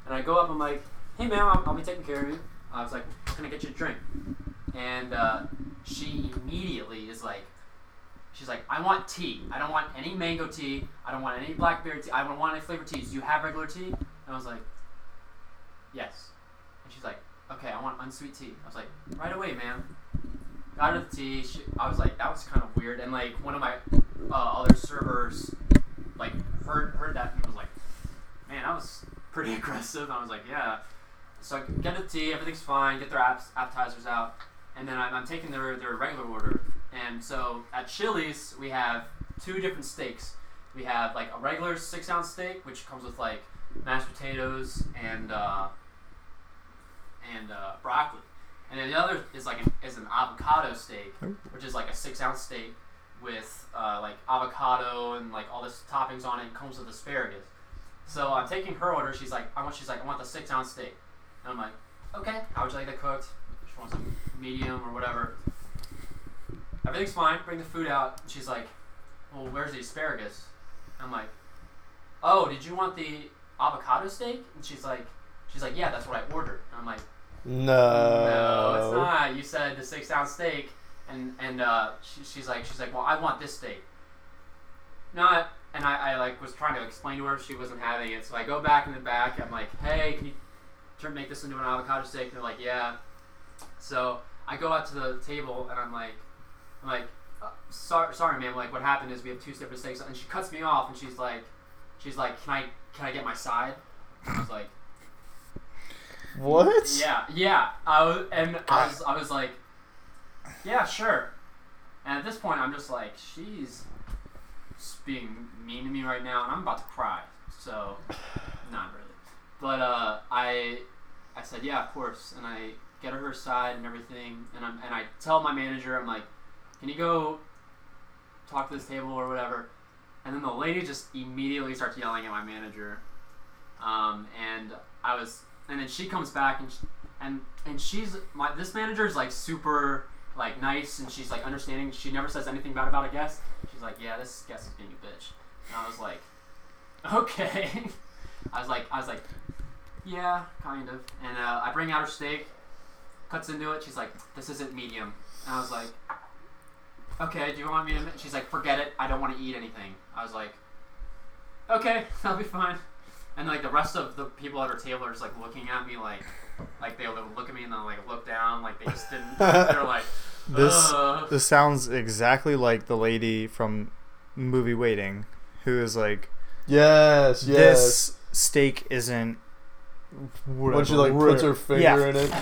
Speaker 1: And I go up, I'm like, hey ma'am, I'll, I'll be taking care of you. I was like, can I get you a drink? And uh, she immediately is like, she's like, I want tea. I don't want any mango tea. I don't want any blackberry tea. I don't want any flavored teas. Do you have regular tea? And I was like, yes. And she's like, okay, I want unsweet tea. I was like, right away, ma'am. Got her the tea. She, I was like, that was kind of weird. And like one of my uh, other servers, like heard heard that and was like, man, that was pretty aggressive. And I was like, yeah. So I get the tea, everything's fine. Get their apps, appetizers out, and then I'm, I'm taking their their regular order. And so at Chili's, we have two different steaks. We have like a regular six ounce steak, which comes with like mashed potatoes and uh, and uh, broccoli. And then the other is like an, is an avocado steak, which is like a six ounce steak with uh, like avocado and like all this toppings on it. And comes with asparagus. So I'm taking her order. She's like, I want. She's like, I want the six ounce steak. And I'm like, okay. How would you like that cooked? She wants like medium or whatever. Everything's fine. Bring the food out. And she's like, well, where's the asparagus? And I'm like, oh, did you want the avocado steak? And she's like, she's like, yeah, that's what I ordered. And I'm like. No, it's
Speaker 2: No.
Speaker 1: not. You said the six ounce steak, and and uh, she, she's like, she's like, well, I want this steak. Not, and I, I like was trying to explain to her she wasn't having it, so I go back in the back. I'm like, hey, can you turn make this into an avocado steak? And they're like, yeah. So I go out to the table and I'm like, I'm like, uh, sorry, sorry, ma'am. Like, what happened is we have two separate steaks, and she cuts me off, and she's like, she's like, can I can I get my side? And I was like.
Speaker 2: What?
Speaker 1: Yeah, yeah. I was, and I was, I was like, yeah, sure. And at this point, I'm just like, she's just being mean to me right now, and I'm about to cry. So, not really. But uh, I, I said, yeah, of course. And I get her her side and everything, and I'm, and I tell my manager, I'm like, can you go talk to this table or whatever? And then the lady just immediately starts yelling at my manager. Um, and I was, and then she comes back and, sh and, and she's, my, this manager is like super, like nice and she's like understanding. She never says anything bad about a guest. She's like, yeah, this guest is being a bitch. And I was like, okay. I was like, I was like, yeah, kind of. And uh, I bring out her steak, cuts into it. She's like, this isn't medium. And I was like, okay, do you want me to? She's like, forget it. I don't want to eat anything. I was like, okay, I'll be fine. And like the rest of the people at her table are just like looking at me like, like they would look at me and then like look down like they just didn't. They're like,
Speaker 3: This
Speaker 1: Ugh.
Speaker 3: this sounds exactly like the lady from movie Waiting, who is like,
Speaker 2: Yes. Yes.
Speaker 3: this steak isn't. Whatever.
Speaker 2: When she like puts her finger
Speaker 3: Yeah.
Speaker 2: in it,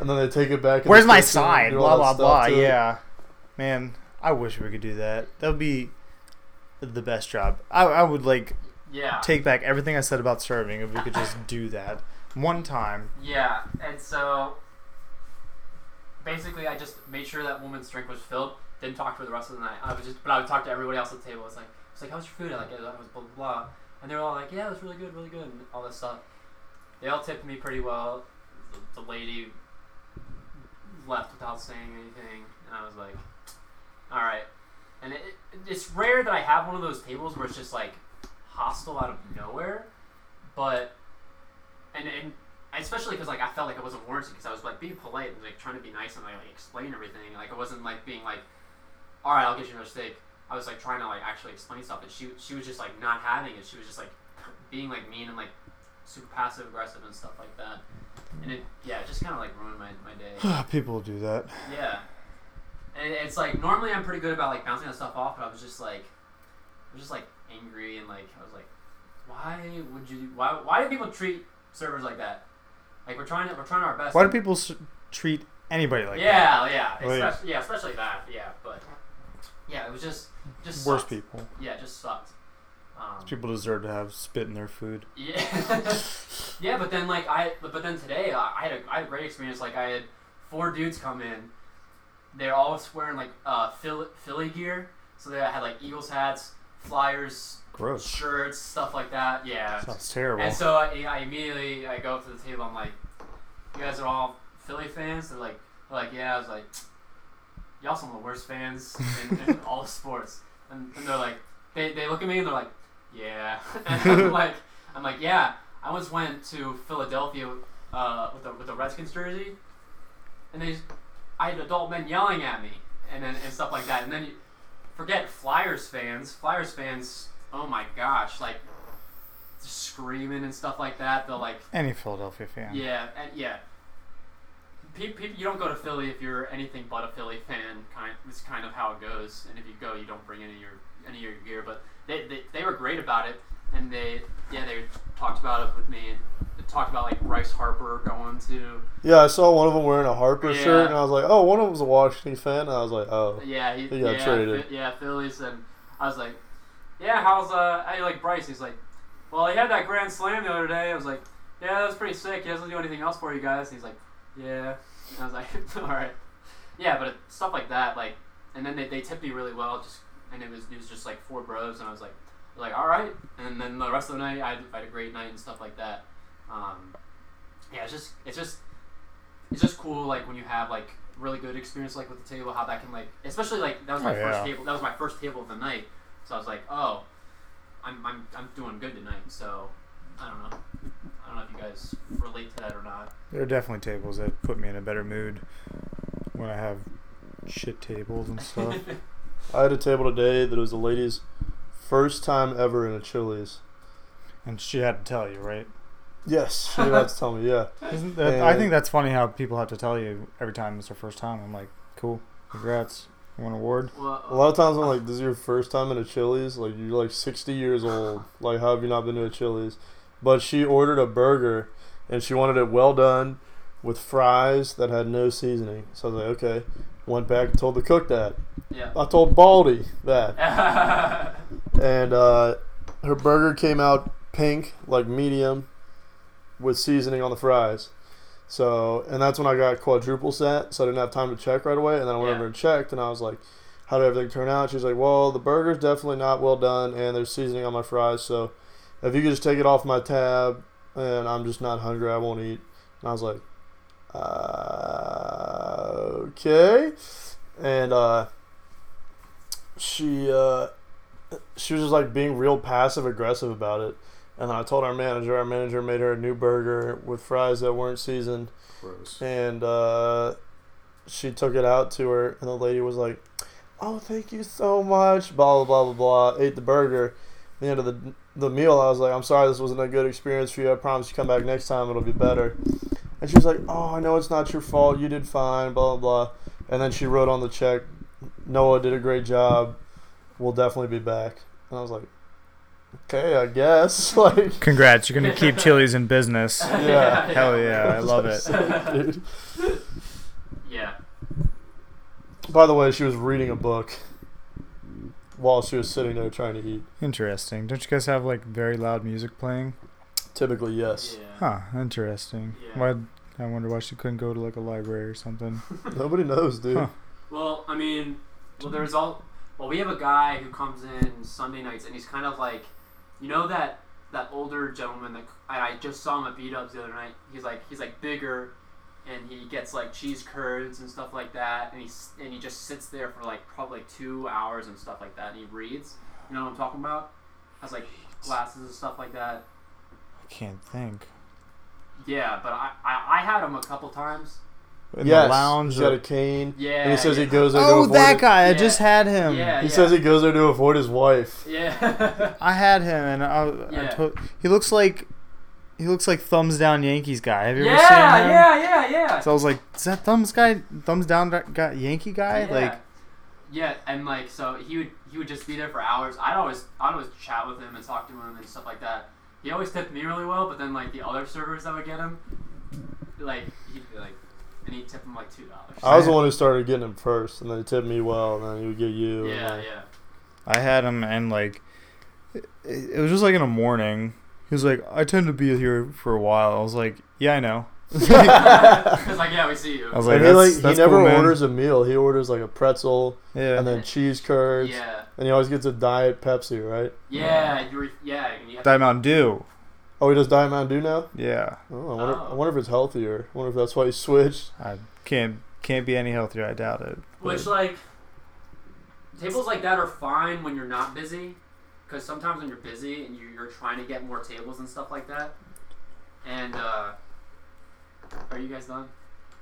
Speaker 2: and then they take it back. in the
Speaker 3: Where's my
Speaker 2: kitchen and
Speaker 3: side?
Speaker 2: do all
Speaker 3: Blah blah
Speaker 2: that
Speaker 3: blah.
Speaker 2: stuff to it.
Speaker 3: Yeah, man, I wish we could do that. That would be the best job. I, I would like
Speaker 1: yeah.
Speaker 3: take back everything I said about serving if we could just do that one time.
Speaker 1: Yeah, and so basically, I just made sure that woman's drink was filled. Didn't talk to her the rest of the night. I was just, but I would talk to everybody else at the table. It's like, it's like, how's your food? I like, it I was blah blah blah, and they were all like, yeah, it was really good, really good, and all this stuff. They all tipped me pretty well. The, the lady left without saying anything, and I was like, all right. And it, it, it's rare that I have one of those tables where it's just like hostile out of nowhere, but and and especially because like I felt like I wasn't warranted because I was like being polite and like trying to be nice and like, like explain everything. Like I wasn't like being like, all right, I'll get you another steak. I was like trying to like actually explain stuff, and she she was just like not having it. She was just like being like mean and like super passive aggressive and stuff like that. And it yeah, it just kind of like ruined my my day.
Speaker 3: People do that.
Speaker 1: Yeah. And it's like normally I'm pretty good about like bouncing that stuff off, but I was just like, I was just like angry and like I was like, why would you? Why why do people treat servers like that? Like we're trying to we're trying our best.
Speaker 3: Why do people s- treat anybody like that? Oh,
Speaker 1: yeah, yeah,
Speaker 3: Wait.
Speaker 1: especially, yeah, especially that, yeah. But yeah, it was just just
Speaker 3: Worse
Speaker 1: sucked.
Speaker 3: people.
Speaker 1: Yeah, it just sucked. Um,
Speaker 3: People deserve to have spit in their food.
Speaker 1: yeah, yeah, but then like I, but, but then today uh, I had a I had a great experience. Like I had four dudes come in. They're all wearing like uh, Philly, Philly gear, so they had like Eagles hats, Flyers
Speaker 3: Gross.
Speaker 1: shirts, stuff like that. Yeah,
Speaker 3: Sounds terrible.
Speaker 1: and so I, I immediately I go up to the table. I'm like, "You guys are all Philly fans." They're like, they're "Like, yeah." I was like, "Y'all some of the worst fans in, in all of sports." And, and they're like, they, they look at me and they're like, "Yeah." And I'm like, I'm like, "Yeah." I once went to Philadelphia uh, with a with a Redskins jersey, and they, I had adult men yelling at me, and then and stuff like that. And then you forget Flyers fans. Flyers fans, oh my gosh, like screaming and stuff like that. They'll like
Speaker 4: Any Philadelphia fan.
Speaker 1: yeah, and yeah. Pe- pe- you don't go to Philly if you're anything but a Philly fan. Kind, it's kind of how it goes. And if you go, you don't bring any of your any of your gear. But they, they, they were great about it, and they yeah they talked about it with me. And they talked about like Bryce Harper going to
Speaker 2: Yeah, I saw one of them wearing a Harper
Speaker 1: Yeah.
Speaker 2: shirt, and I was like, oh, one of them was a Washington fan. And I was like, oh,
Speaker 1: yeah he,
Speaker 2: He
Speaker 1: yeah
Speaker 2: got traded.
Speaker 1: Phi- yeah Phillies and I was like yeah how's uh how you like Bryce? He's like well he had that grand slam the other day. I was like yeah that was pretty sick. He doesn't do anything else for you guys. he's like yeah. And I was like, all right. Yeah, but it, stuff like that, like, and then they, they tipped me really well, just and it was it was just like four bros, and I was like, like all right. And then the rest of the night, I had, I had a great night and stuff like that. Um, yeah, it's just it's just it's just cool, like when you have like really good experience, like with the table, how that can like, especially like that was my
Speaker 4: Oh,
Speaker 1: first
Speaker 4: yeah.
Speaker 1: table, that was my first table of the night, so I was like, oh, I'm I'm I'm doing good tonight, so I don't know. I don't know if you guys relate to that or not.
Speaker 4: There are definitely tables that put me in a better mood when I have shit tables and stuff.
Speaker 2: I had a table today that was a lady's first time ever in a Chili's.
Speaker 4: and she had to tell you, right?
Speaker 2: Yes, she had to tell me, yeah.
Speaker 4: Isn't that, I
Speaker 2: And-
Speaker 4: think that's funny how people have to tell you every time it's their first time. I'm like, cool, congrats, you won an award.
Speaker 1: well,
Speaker 2: A lot of times I'm like, this is your first time in a Chili's? Like, you're like 60 years old. Like, how have you not been to a Chili's? But she ordered a burger and she wanted it well done with fries that had no seasoning. So I was like, okay. Went back and told the cook that.
Speaker 1: yeah.
Speaker 2: I told Baldy that.
Speaker 1: yeah,
Speaker 2: And uh, her burger came out pink, like medium, with seasoning on the fries. So, and that's when I got quadruple set, so I didn't have time to check right away. And then I went
Speaker 1: Yeah.
Speaker 2: over and checked, and I was like, how did everything turn out? She's like, well, the burger's definitely not well done, and there's seasoning on my fries, so if you could just take it off my tab, and I'm just not hungry, I won't eat. And I was like, uh, okay. And uh, she uh, she was just like being real passive aggressive about it. And then I told our manager. Our manager made her a new burger with fries that weren't seasoned,
Speaker 3: Gross.
Speaker 2: and uh, she took it out to her. And the lady was like, "Oh, thank you so much." Blah blah blah blah blah. Ate the burger. At the end of the the meal, I was like, "I'm sorry, this wasn't a good experience for you. I promise you come back next time. It'll be better." And she was like, "Oh, I know it's not your fault. You did fine." Blah blah. blah. And then she wrote on the check, "Noah did a great job. We'll definitely be back." And I was like, "Okay, I guess." like.
Speaker 4: Congrats, you're gonna keep Chili's in business.
Speaker 2: Yeah.
Speaker 4: Hell yeah, I love it.
Speaker 2: Dude.
Speaker 1: yeah.
Speaker 2: By the way, she was reading a book while she was sitting there trying to eat.
Speaker 4: Interesting. Don't you guys have like very loud music playing?
Speaker 2: Typically, yes.
Speaker 4: Huh, interesting.
Speaker 1: Yeah.
Speaker 4: Why? I wonder why she couldn't go to like a library or something.
Speaker 2: Nobody knows, dude.
Speaker 4: Huh.
Speaker 1: Well, I mean, well, there's all. Well, we have a guy who comes in Sunday nights, and he's kind of like, you know that that older gentleman that I, I just saw him at beat ups the other night. He's like he's like bigger, and he gets like cheese curds and stuff like that, and he s- and he just sits there for like probably two hours and stuff like that, and he reads. You know what I'm talking about? Has like glasses and stuff like that.
Speaker 4: I can't think.
Speaker 1: Yeah, but I, I, I had him a couple times.
Speaker 4: In
Speaker 2: yes.
Speaker 4: the lounge.
Speaker 2: He's got
Speaker 4: or-
Speaker 2: a cane.
Speaker 1: Yeah.
Speaker 2: and he says
Speaker 1: yeah.
Speaker 2: he goes there to
Speaker 4: oh,
Speaker 2: avoid
Speaker 4: that
Speaker 2: it-
Speaker 4: guy! I
Speaker 1: Yeah.
Speaker 4: just had him.
Speaker 1: Yeah.
Speaker 2: He says he goes there to avoid his wife.
Speaker 1: Yeah.
Speaker 4: I had him, and I, I
Speaker 1: Yeah.
Speaker 4: told, he looks like he looks like thumbs down Yankees guy. Have
Speaker 1: yeah,
Speaker 4: you ever seen him?
Speaker 1: yeah, yeah, yeah.
Speaker 4: So I was like, is that thumbs guy, thumbs down that guy, Yankee guy?
Speaker 1: yeah.
Speaker 4: Like,
Speaker 1: Yeah, and like so he would he would just be there for hours. I'd always I'd always chat with him and talk to him and stuff like that. He always tipped me really well, but then like the other servers that would get him, like he'd be like, and he'd tip him like two
Speaker 2: I
Speaker 1: dollars.
Speaker 2: was the one who started getting him first, and then he tipped me well, and then he would get you. and
Speaker 1: Yeah,
Speaker 2: then-
Speaker 1: yeah.
Speaker 4: I had him, and like, it, it was just like in the morning. He was like, I tend to be here for a while. I was like, yeah, I know.
Speaker 1: It's like yeah, we see you.
Speaker 4: I was like,
Speaker 2: and he, like,
Speaker 4: that's, that's
Speaker 2: he never
Speaker 4: cool, man."
Speaker 2: orders a meal. He orders like a pretzel
Speaker 4: Yeah.
Speaker 2: and then cheese curds,
Speaker 1: Yeah,
Speaker 2: and he always gets a diet Pepsi, right?
Speaker 1: yeah, you were, yeah, and you have
Speaker 4: Diet Mountain Dew.
Speaker 2: Oh, he does diet Mountain Dew now.
Speaker 4: Yeah.
Speaker 2: Oh, I wonder.
Speaker 1: Oh.
Speaker 2: I wonder if it's healthier. I wonder if that's why he switched.
Speaker 4: I can't can't be any healthier. I doubt it.
Speaker 1: Which like tables like that are fine when you're not busy, because sometimes when you're busy and you- you're trying to get more tables and stuff like that, and uh, are you guys done?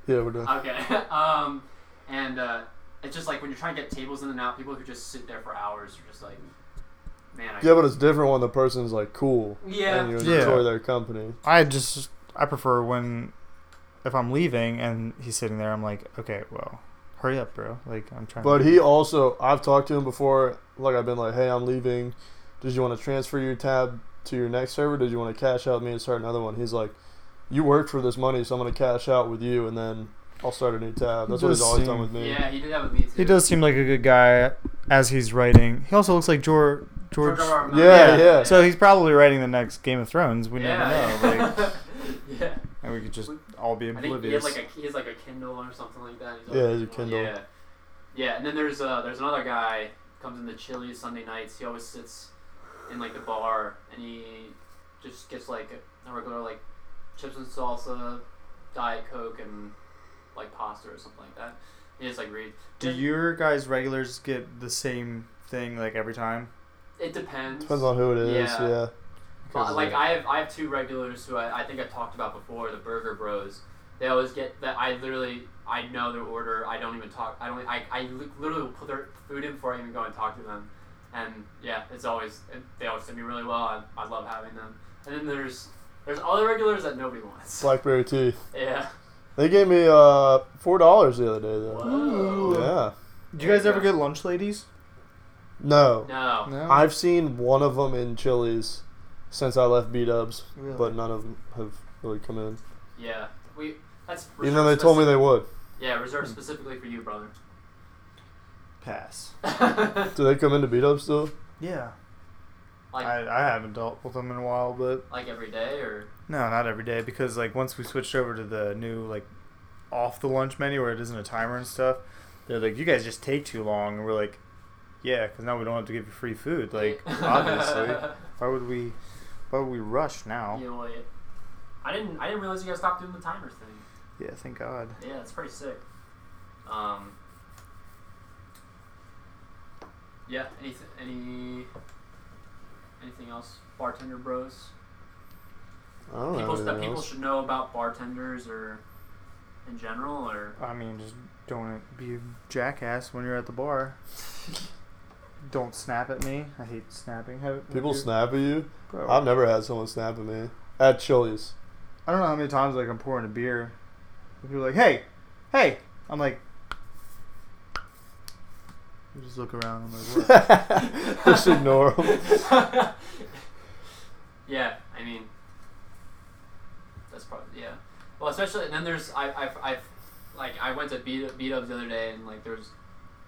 Speaker 2: Yeah, we're done.
Speaker 1: Okay. um, and uh, it's just like when you're trying to get tables in and out, people who just sit there for hours are just like, man. I
Speaker 2: Yeah, but it's different when the person's like cool
Speaker 1: yeah.
Speaker 2: and you
Speaker 4: Yeah.
Speaker 2: enjoy their company.
Speaker 4: I just I prefer when if I'm leaving and he's sitting there, I'm like, okay, well, hurry up, bro. Like I'm trying.
Speaker 2: But
Speaker 4: to
Speaker 2: he also, I've talked to him before. Like I've been like, hey, I'm leaving. Did you want to transfer your tab to your next server? Did you want to cash out me and start another one? He's like, you worked for this money, so I'm gonna cash out with you, and then I'll start a new tab. That's what he's
Speaker 4: Does
Speaker 2: always
Speaker 4: seem-
Speaker 2: done with me.
Speaker 1: Yeah, he did that with me too.
Speaker 4: he does seem like a good guy as he's writing. He also looks like George. George.
Speaker 1: George R. R. Martin.
Speaker 2: Yeah, yeah.
Speaker 4: So he's probably writing the next Game of Thrones. We
Speaker 1: yeah.
Speaker 4: never know. Like,
Speaker 1: yeah.
Speaker 4: and we could just all be
Speaker 1: I think he has
Speaker 4: oblivious.
Speaker 1: like a he has like a Kindle or something like that.
Speaker 2: Yeah,
Speaker 1: always-
Speaker 2: he's a Kindle.
Speaker 1: Yeah, yeah. And then there's uh there's another guy comes in the Chili's Sunday nights. He always sits in like the bar and he just gets like a regular like chips and salsa, diet coke, and like pasta or something like that. He just like reads.
Speaker 4: Do your guys regulars get the same thing like every time?
Speaker 1: It depends.
Speaker 2: Depends on who it is.
Speaker 1: Yeah.
Speaker 2: Yeah.
Speaker 1: Well, like I have, I have two regulars who I, I think I talked about before, the Burger Bros. They always get that. I literally, I know their order. I don't even talk. I don't. I, I li- literally will put their food in before I even go and talk to them. And yeah, it's always they always send me really well. I, I love having them. And then there's there's other regulars that nobody wants.
Speaker 2: Blackberry tea.
Speaker 1: Yeah.
Speaker 2: They gave me uh four dollars the other day though.
Speaker 1: Whoa.
Speaker 2: Yeah.
Speaker 4: Do you guys ever get lunch ladies?
Speaker 2: No.
Speaker 1: No.
Speaker 4: No.
Speaker 2: I've seen one of them in Chili's since I left B Dubs,
Speaker 4: Really?
Speaker 2: but none of them have really come in.
Speaker 1: Yeah. We. That's
Speaker 2: Even though they told me Hmm.
Speaker 1: reserved
Speaker 2: they would.
Speaker 1: speci- Yeah, reserved specifically for you, brother.
Speaker 4: pass.
Speaker 1: like
Speaker 2: Do they come into B Dubs still?
Speaker 4: Yeah. I, I haven't dealt with them in a while, but
Speaker 1: like every day or.
Speaker 4: no, not every day because like once we switched over to the new like off the lunch menu where it isn't a timer and stuff, they're like, "You guys just take too long," and we're like, "Yeah, because now we don't have to give you free food." Like obviously, why would we? Why would we rush now?
Speaker 1: You know, like, I didn't. I didn't realize you guys stopped doing the timer thing.
Speaker 4: Yeah, thank God.
Speaker 1: Yeah, it's pretty sick. Um. Yeah. Anything? Any? Anything else? Bartender bros.
Speaker 2: I don't
Speaker 1: People
Speaker 2: know.
Speaker 1: that
Speaker 2: anything
Speaker 1: people
Speaker 2: else.
Speaker 1: should know about bartenders or in general or.
Speaker 4: I mean, just don't be a jackass when you're at the bar. don't snap at me. I hate snapping. Have,
Speaker 2: People
Speaker 4: have you-
Speaker 2: snap at you.
Speaker 4: Bro,
Speaker 2: I've never had someone snap at me at Chili's.
Speaker 4: I don't know how many times like I'm pouring a beer. and People are like, hey, hey. I'm like, I just look around. I'm like, what?
Speaker 2: Just ignore them.
Speaker 1: yeah, I mean, that's probably yeah. Well, especially and then there's I I I like I went to beat beat up the other day and like there's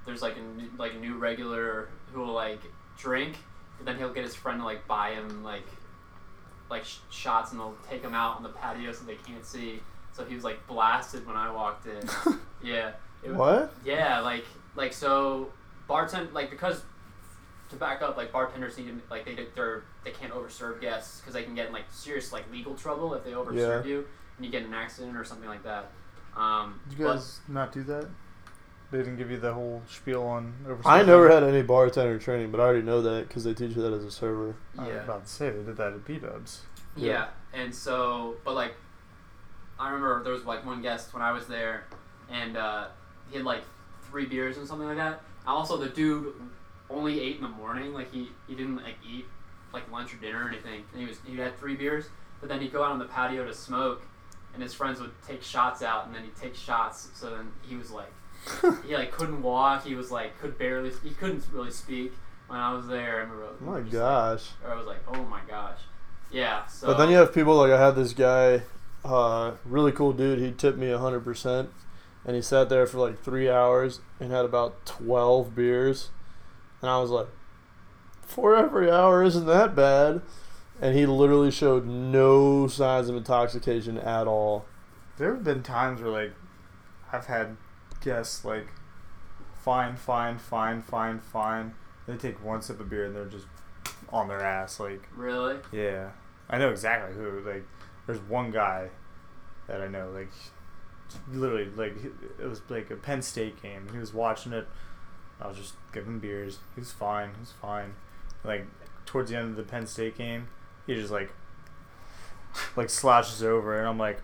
Speaker 1: there's like a new, like a new regular who will like drink and then he'll get his friend to like buy him like like sh- shots and they'll take him out on the patio so they can't see. So he was like blasted when I walked in. yeah. It was-
Speaker 2: What?
Speaker 1: yeah, like like so bartend like because to back up like bartenders need to like they they're they can't overserve guests because they can get in like serious like legal trouble if they overserve you and you get in an accident or something like that. Um,
Speaker 4: Did you
Speaker 1: but-
Speaker 4: guys not do that? They didn't give you the whole spiel on over.
Speaker 2: I never had any bartender training, but I already know that because they teach you that as a server.
Speaker 4: I was
Speaker 1: yeah,
Speaker 4: about to say they did that at B Dubs.
Speaker 1: yeah, and so but like I remember there was like one guest when I was there and uh, he had like three beers and something like that. Also, the dude only ate in the morning. Like he, he didn't like eat like lunch or dinner or anything. And he was he had three beers, but then he'd go out on the patio to smoke, and his friends would take shots out, and then he'd take shots. So then he was like, he like couldn't walk. He was like could barely he couldn't really speak. When I was there, I remember.
Speaker 2: Oh my
Speaker 1: just,
Speaker 2: gosh.
Speaker 1: Like, I was like, oh my gosh, yeah. So
Speaker 2: But then you have people like I had this guy, uh, really cool dude. He tipped me hundred percent, and he sat there for like three hours and had about twelve beers, and I was like, for every hour isn't that bad, and he literally showed no signs of intoxication at all.
Speaker 4: There have been times where like I've had guests like fine, fine, fine, fine, fine. They take one sip of beer and they're just on their ass. Like
Speaker 1: really
Speaker 4: yeah, I know exactly who. Like there's one guy that I know. Like literally, like it was like a Penn State game. He was watching it. I was just giving beers. He was fine. He was fine. Like towards the end of the Penn State game, he just like like slouches over, and I'm like,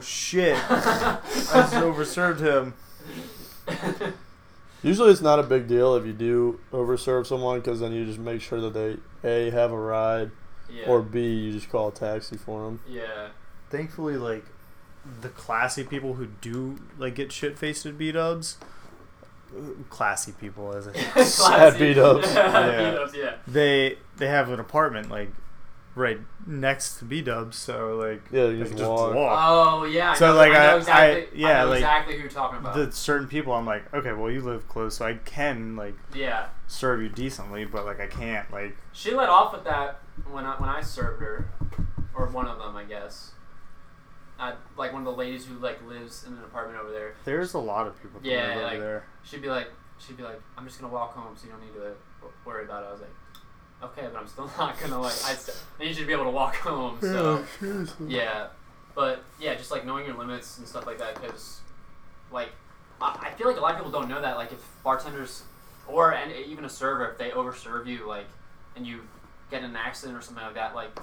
Speaker 4: shit, I just overserved him.
Speaker 2: Usually, it's not a big deal if you do overserve someone because then you just make sure that they a have a ride
Speaker 1: yeah.
Speaker 2: or b you just call a taxi for them.
Speaker 1: yeah.
Speaker 4: Thankfully, like the classy people who do like get shit faced at beat ups, classy people as I
Speaker 1: Classy.
Speaker 2: beat-ups.
Speaker 4: Yeah.
Speaker 1: beat-ups, yeah.
Speaker 4: they they have an apartment like right next to B Dubs, so like
Speaker 2: Yeah, you
Speaker 4: they
Speaker 2: just
Speaker 4: can
Speaker 2: walk.
Speaker 1: Oh yeah. I
Speaker 4: So,
Speaker 1: know-
Speaker 4: like,
Speaker 1: I
Speaker 4: I-
Speaker 1: know
Speaker 4: I-
Speaker 1: exactly,
Speaker 4: yeah,
Speaker 1: I know
Speaker 4: like,
Speaker 1: exactly who you're talking about.
Speaker 4: The certain people, I'm like, okay, well you live close, so I can like
Speaker 1: yeah.
Speaker 4: serve you decently, but like I can't like
Speaker 1: She let off with that when I, when I served her, or one of them, I guess. I, like one of the ladies who like lives in an apartment over there.
Speaker 4: there's a lot of people that
Speaker 1: Yeah,
Speaker 4: live over
Speaker 1: like-
Speaker 4: there.
Speaker 1: She'd be like, she'd be like, I'm just gonna walk home, so you don't need to w- worry about it. I was like, okay, but I'm still not gonna like. I st- I need you to be able to walk home. So yeah, but yeah, just like knowing your limits and stuff like that, because like I, I feel like a lot of people don't know that. Like if bartenders or and even a server, if they overserve you, like and you get in an accident or something like that, like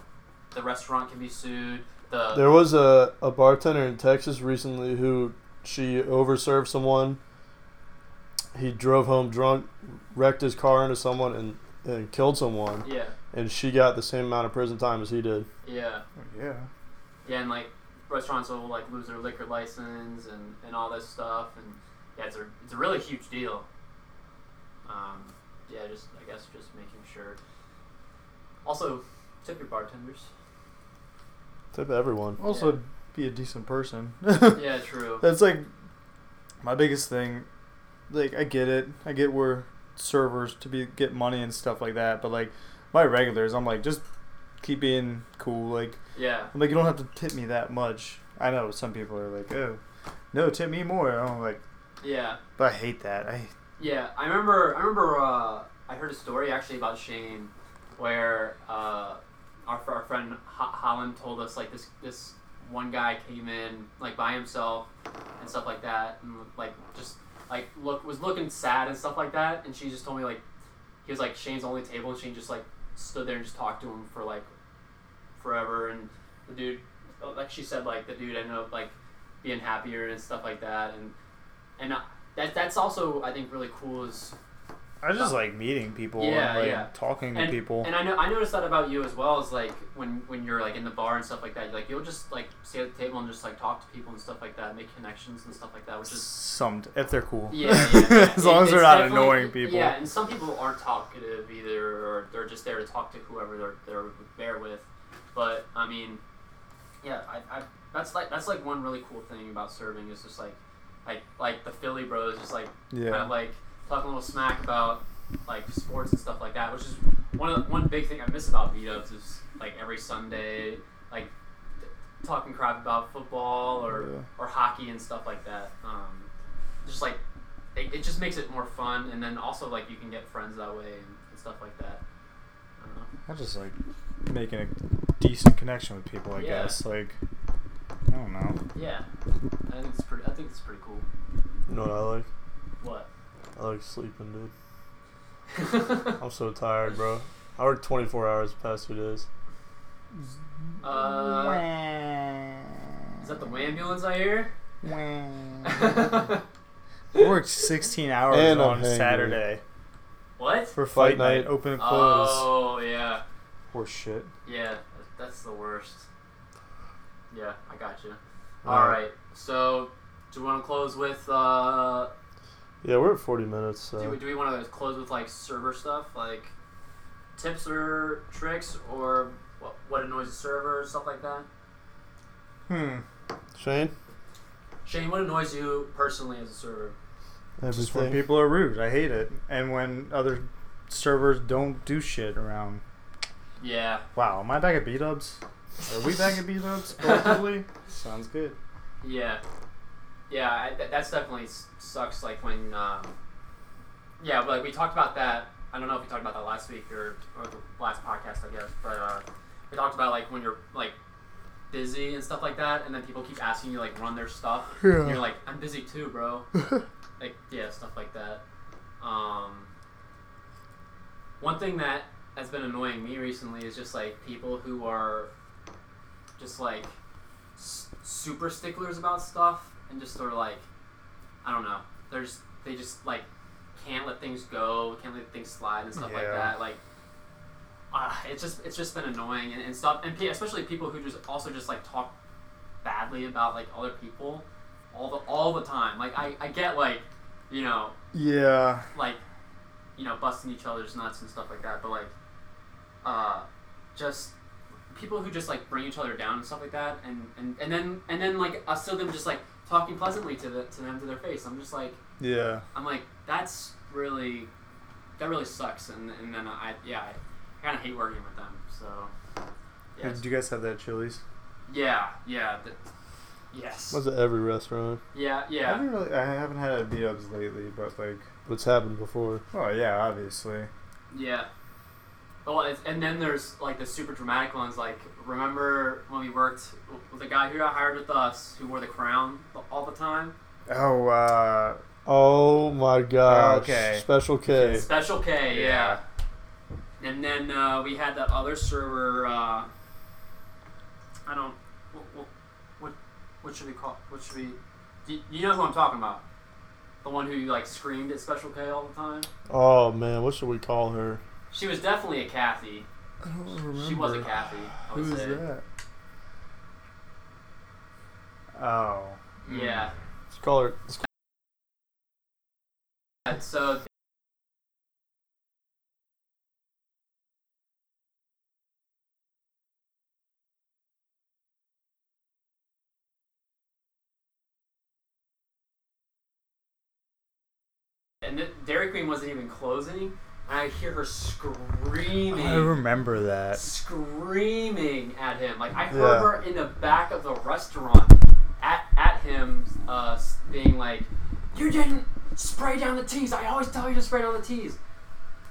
Speaker 1: the restaurant can be sued. The
Speaker 2: There was a, a bartender in Texas recently who she overserved someone. He drove home drunk, wrecked his car into someone, and, and killed someone.
Speaker 1: yeah,
Speaker 2: And she got the same amount of prison time as he did.
Speaker 1: yeah.
Speaker 4: Yeah.
Speaker 1: Yeah, and like restaurants will like lose their liquor license and, and all this stuff, and yeah, it's a it's a really huge deal. Um, yeah, just I guess just making sure. Also, tip your bartenders.
Speaker 2: Tip everyone.
Speaker 4: Also
Speaker 1: Yeah.
Speaker 4: be a decent person.
Speaker 1: yeah, true.
Speaker 4: That's like my biggest thing. Like I get it. I get we're servers to be get money and stuff like that, but like my regulars, I'm like just keep being cool. Like
Speaker 1: Yeah,
Speaker 4: I'm like, you don't have to tip me that much. I know some people are like, oh, no, tip me more. I'm like,
Speaker 1: yeah,
Speaker 4: but I hate that. I
Speaker 1: yeah. I remember I remember uh, I heard a story actually about Shane, where uh, our our friend Ho- Holland told us like this this one guy came in like by himself and stuff like that, and like just like look was looking sad and stuff like that, and she just told me like he was like Shane's only table, and Shane just like stood there and just talked to him for like forever, and the dude like she said like the dude ended up like being happier and stuff like that, and and uh, that that's also I think really cool is
Speaker 4: I just like meeting people
Speaker 1: Uh, Yeah,
Speaker 4: and like
Speaker 1: yeah.
Speaker 4: talking to
Speaker 1: and,
Speaker 4: people.
Speaker 1: And I know I noticed that about you as well. Is like when when you're like in the bar and stuff like that, like you'll just like sit at the table and just like talk to people and stuff like that, make connections and stuff like that, which is
Speaker 4: some if they're cool.
Speaker 1: yeah. yeah, yeah.
Speaker 4: as long
Speaker 1: It-
Speaker 4: as they're
Speaker 1: it's
Speaker 4: not
Speaker 1: definitely-
Speaker 4: annoying people.
Speaker 1: Yeah, and some people aren't talkative either, or they're just there to talk to whoever they're they're there with. But I mean, yeah, I, I that's like that's like one really cool thing about serving is just like like like the Philly Bros, just like kind of
Speaker 4: Yeah.
Speaker 1: like talking a little smack about like sports and stuff like that, which is one of the, one big thing I miss about meetups is like every Sunday, like t- talking crap about football or
Speaker 4: Yeah.
Speaker 1: or hockey and stuff like that. Um, just like it, it just makes it more fun, and then also like you can get friends that way and, and stuff like that. I don't know.
Speaker 4: I just like making a decent connection with people. I
Speaker 1: Yeah.
Speaker 4: guess like I don't know.
Speaker 1: Yeah, I think it's pretty. I think it's pretty cool.
Speaker 2: You know what I like?
Speaker 1: What?
Speaker 2: I like sleeping, dude. I'm so tired, bro. I worked 24 hours the past two days.
Speaker 1: uh, is that the ambulance I hear?
Speaker 4: I worked 16 hours
Speaker 2: And I'm
Speaker 4: on
Speaker 2: hangry.
Speaker 4: Saturday
Speaker 1: what?
Speaker 4: for
Speaker 2: Fight
Speaker 4: fight, night,
Speaker 2: night.
Speaker 4: open and close.
Speaker 1: Oh yeah.
Speaker 4: Horse shit.
Speaker 1: Yeah, that's the worst. Yeah, I got you.
Speaker 2: Uh,
Speaker 1: All right, so do we want to close with? Uh,
Speaker 2: Yeah, we're at 40 minutes. So.
Speaker 1: do we do we want to close with like server stuff, like tips or tricks, or what, what annoys a server, stuff like that?
Speaker 4: Hmm.
Speaker 2: Shane?
Speaker 1: Shane, what annoys you personally as a server?
Speaker 4: Just when people are rude, I hate it. And when other servers don't do shit around.
Speaker 1: Yeah,
Speaker 4: Wow, am I back at B Dubs? Are we back at B Dubs collectively? Sounds good.
Speaker 1: yeah, yeah. I, that that's definitely s- sucks. Like when, um, yeah, like we talked about that. I don't know if we talked about that last week or, or the last podcast, I guess, but uh, we talked about like when you're like busy and stuff like that, and then people keep asking you like run their stuff. And you're like, I'm busy too, bro. like, yeah, stuff like that. Um, one thing that has been annoying me recently is just like people who are just like s- super sticklers about stuff and just sort of like I don't know. They're just they just like can't let things go, can't let things slide and stuff like
Speaker 4: Yeah.
Speaker 1: that. Like uh, it's just it's just been annoying and, and stuff, and pe- especially people who just also just like talk badly about like other people all the all the time. Like I, I get like you know
Speaker 4: Yeah.
Speaker 1: like you know busting each other's nuts and stuff like that but like uh just people who just like bring each other down and stuff like that and and, and then and then like i still them just like talking pleasantly to the, to them to their face i'm just like
Speaker 4: Yeah.
Speaker 1: i'm like that's really that really sucks and and then i yeah i kind of hate working with them so
Speaker 4: Hey,
Speaker 1: yes.
Speaker 4: Did you guys have that Chili's?
Speaker 1: yeah yeah th- yes
Speaker 2: Was at every restaurant.
Speaker 1: yeah
Speaker 4: I
Speaker 1: yeah
Speaker 4: haven't really. I haven't had a beat ups lately, but like.
Speaker 2: What's happened before?
Speaker 4: Oh yeah, obviously.
Speaker 1: Yeah. Well, it's, and then there's like the super dramatic ones. Like, remember when we worked with the guy who got hired with us, who wore the crown all the time?
Speaker 4: Oh. uh...
Speaker 2: Oh my gosh.
Speaker 4: Okay.
Speaker 2: Special K.
Speaker 1: Special K, yeah. And then uh, we had that other server. Uh, I don't. What, what what should we call? What should we? You, you know who I'm talking about? The one who like screamed at Special K all the time.
Speaker 2: Oh man, what should we call her?
Speaker 1: She was definitely a Kathy.
Speaker 4: I don't remember.
Speaker 1: She was a Kathy. I would
Speaker 4: Who's
Speaker 1: say.
Speaker 4: that? Oh.
Speaker 1: Yeah.
Speaker 2: Let's call her. let's
Speaker 1: And so and the Dairy Queen wasn't even closing and I hear her screaming
Speaker 4: I remember that.
Speaker 1: screaming at him. Like I heard
Speaker 4: Yeah.
Speaker 1: her in the back of the restaurant at at him, uh, s- being like, "You didn't spray down the teas. I always tell you to spray down the teas."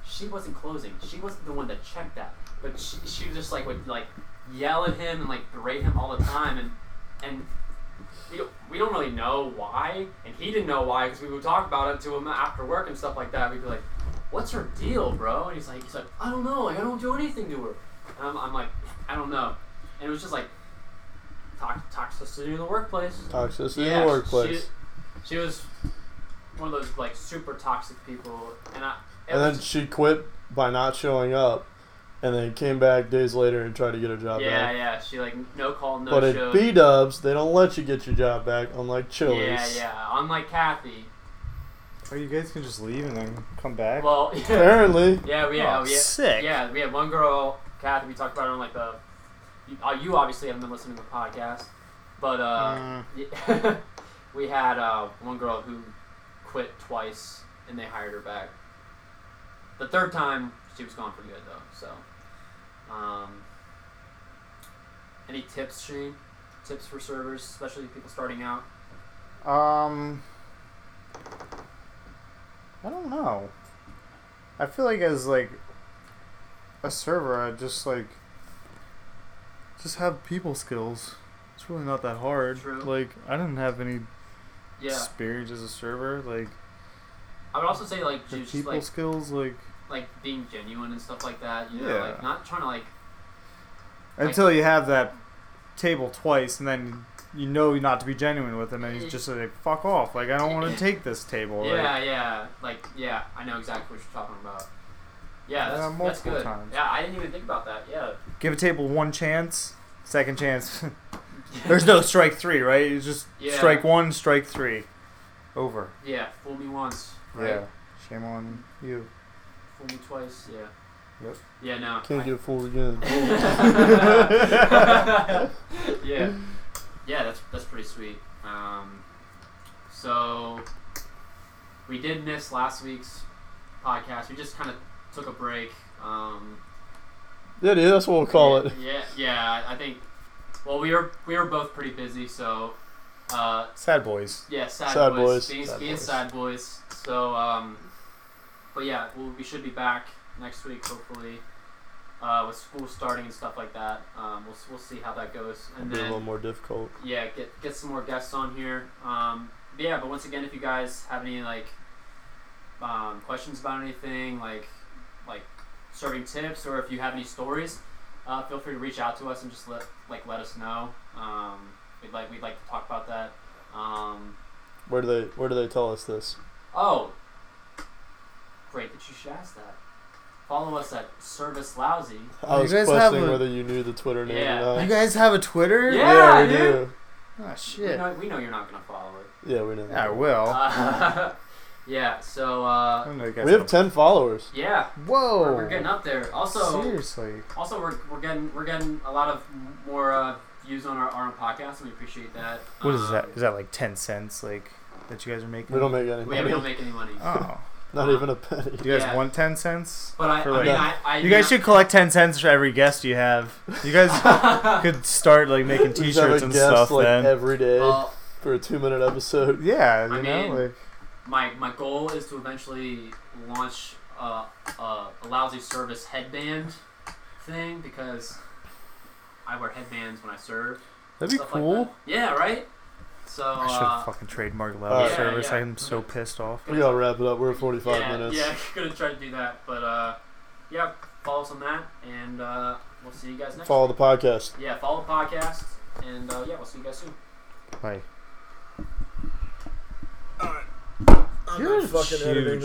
Speaker 1: She wasn't closing. She wasn't the one that checked that, but she, she just like would like yell at him and like berate him all the time, and and we don't, we don't really know why, and he didn't know why because we would talk about it to him after work and stuff like that. We'd be like, "What's her deal, bro?" And he's like, "He's like, I don't know. Like, I don't do anything to her." And I'm, I'm like, I don't know. And it was just like tox- toxicity in the workplace.
Speaker 2: Toxicity
Speaker 1: Yeah,
Speaker 2: in the workplace.
Speaker 1: She, she was one of those like super toxic people, and I. it
Speaker 2: and then
Speaker 1: was-
Speaker 2: she quit by not showing up, and then came back days later and tried to get her job
Speaker 1: yeah,
Speaker 2: back.
Speaker 1: yeah, she like no call, no
Speaker 2: but
Speaker 1: show.
Speaker 2: at B Dubs, they don't let you get your job back, unlike Chili's.
Speaker 1: yeah, yeah. Unlike Kathy,
Speaker 4: Oh, you guys can just leave and then come back.
Speaker 1: well, yeah,
Speaker 2: Apparently,
Speaker 1: yeah, we, yeah,
Speaker 4: Oh,
Speaker 1: we,
Speaker 4: sick.
Speaker 1: yeah, we had one girl, Kathy. We talked about her on like the. You, uh, you obviously haven't been listening to the podcast, but uh,
Speaker 4: Mm.
Speaker 1: Yeah. we had uh, one girl who quit twice, and they hired her back. The third time, she was gone for good though. So, um, any tips, Shane? Tips for servers, especially people starting out.
Speaker 4: Um, I don't know. I feel like as like a server, I just like just have people skills. It's really not that hard.
Speaker 1: True.
Speaker 4: Like I didn't have any
Speaker 1: Yeah,
Speaker 4: experience as a server. Like
Speaker 1: I would also say like
Speaker 4: the
Speaker 1: just
Speaker 4: people
Speaker 1: like
Speaker 4: skills, like
Speaker 1: like being genuine and stuff like that. You know,
Speaker 4: Yeah.
Speaker 1: like not trying to like like-
Speaker 4: until you have that table twice, and then you know not to be genuine with him, and he's just like fuck off. Like I don't want to take this table. Like,
Speaker 1: Yeah, yeah, like yeah, I know exactly what you're talking about. Yeah, that's,
Speaker 4: Yeah,
Speaker 1: that's
Speaker 4: multiple
Speaker 1: good.
Speaker 4: times.
Speaker 1: Yeah, I didn't even think about that. Yeah.
Speaker 4: give a table one chance, second chance. There's no strike three, right? It's just
Speaker 1: Yeah.
Speaker 4: strike one, strike three. Over.
Speaker 1: Yeah, fool me once, right?
Speaker 4: Yeah. Shame on you.
Speaker 1: Fool me twice, yeah.
Speaker 4: Yep.
Speaker 1: Yeah, no.
Speaker 2: can't get fooled again.
Speaker 1: I- yeah. Yeah, that's that's pretty sweet. Um, so we did miss last week's podcast. We just kind of took a break. Um,
Speaker 2: Yeah, dude, that's what we'll call
Speaker 1: yeah,
Speaker 2: it.
Speaker 1: Yeah, yeah. I think. Well, we were we were both pretty busy, so. Uh,
Speaker 4: Sad boys.
Speaker 1: Yeah, sad,
Speaker 2: Sad
Speaker 1: boys.
Speaker 2: boys.
Speaker 1: Being,
Speaker 2: Sad
Speaker 1: being
Speaker 2: boys.
Speaker 1: sad boys. So, um, but yeah, we'll, we should be back next week, hopefully, uh, with school starting and stuff like that. Um, we'll, s- we'll see how that goes. And
Speaker 2: Be a little
Speaker 1: then,
Speaker 2: more difficult.
Speaker 1: yeah, get, get some more guests on here. Um, but yeah, but once again, if you guys have any, like, um, questions about anything, like, like serving tips, or if you have any stories, uh, feel free to reach out to us and just let like let us know. Um, we'd like we'd like to talk about that. Um,
Speaker 2: Where do they Where do they tell us this?
Speaker 1: oh, great that you should ask that. Follow us at Service Lousy.
Speaker 2: I
Speaker 4: You
Speaker 2: was
Speaker 4: guys have
Speaker 2: questioning
Speaker 4: a-
Speaker 2: whether you knew the Twitter name
Speaker 1: Yeah.
Speaker 2: or
Speaker 4: You
Speaker 2: not.
Speaker 4: guys have a Twitter?
Speaker 1: Yeah,
Speaker 2: we
Speaker 1: dude.
Speaker 2: do.
Speaker 4: Oh
Speaker 1: We
Speaker 4: shit.
Speaker 1: know, we know you're not gonna follow it.
Speaker 2: Yeah, we know.
Speaker 4: Yeah,
Speaker 2: that.
Speaker 4: I will.
Speaker 1: Uh, yeah. So
Speaker 4: I
Speaker 1: uh,
Speaker 4: don't know you guys
Speaker 2: we have ten followers.
Speaker 1: yeah,
Speaker 4: Whoa.
Speaker 1: we're, we're getting up there. Also, Uh,
Speaker 4: Seriously.
Speaker 1: also we're, we're getting we're getting a lot of more uh, views on our, our own podcast, and we appreciate that.
Speaker 4: What is that?
Speaker 1: Um,
Speaker 4: Is that like ten cents, like that you guys are making?
Speaker 2: We don't make any
Speaker 1: We, we
Speaker 2: money.
Speaker 1: don't make any money.
Speaker 4: Oh,
Speaker 2: Not even a penny.
Speaker 4: do you guys
Speaker 1: Yeah.
Speaker 4: want ten cents?
Speaker 1: But I,
Speaker 4: For
Speaker 1: I
Speaker 4: like-
Speaker 1: mean, I, I
Speaker 4: You guys should collect ten cents for every guest you have. You guys could start like making
Speaker 2: We just have a
Speaker 4: T-shirts and
Speaker 2: guest,
Speaker 4: stuff
Speaker 2: like
Speaker 4: then.
Speaker 2: every day
Speaker 1: Well,
Speaker 2: for a two-minute episode.
Speaker 4: yeah, you
Speaker 1: I
Speaker 4: know,
Speaker 1: mean-
Speaker 4: like
Speaker 1: my my goal is to eventually launch uh, uh, a lousy service headband thing because I wear headbands when I serve.
Speaker 4: that'd be
Speaker 1: stuff
Speaker 4: cool.
Speaker 1: Like that. Yeah, right. So
Speaker 4: I should
Speaker 1: uh,
Speaker 4: fucking trademark level
Speaker 2: Alright.
Speaker 4: service.
Speaker 1: Yeah, yeah.
Speaker 4: I'm so pissed off.
Speaker 2: We gotta wrap it up. We're at 45
Speaker 1: yeah,
Speaker 2: minutes.
Speaker 1: yeah, gonna try to do that. But uh, yeah, follow us on that, and uh, we'll see you guys next.
Speaker 2: Follow the podcast.
Speaker 1: Yeah, follow the podcast, and uh, yeah, we'll see you guys soon.
Speaker 4: Like
Speaker 5: I'm
Speaker 4: You're
Speaker 5: not fucking editing
Speaker 4: huge.
Speaker 5: this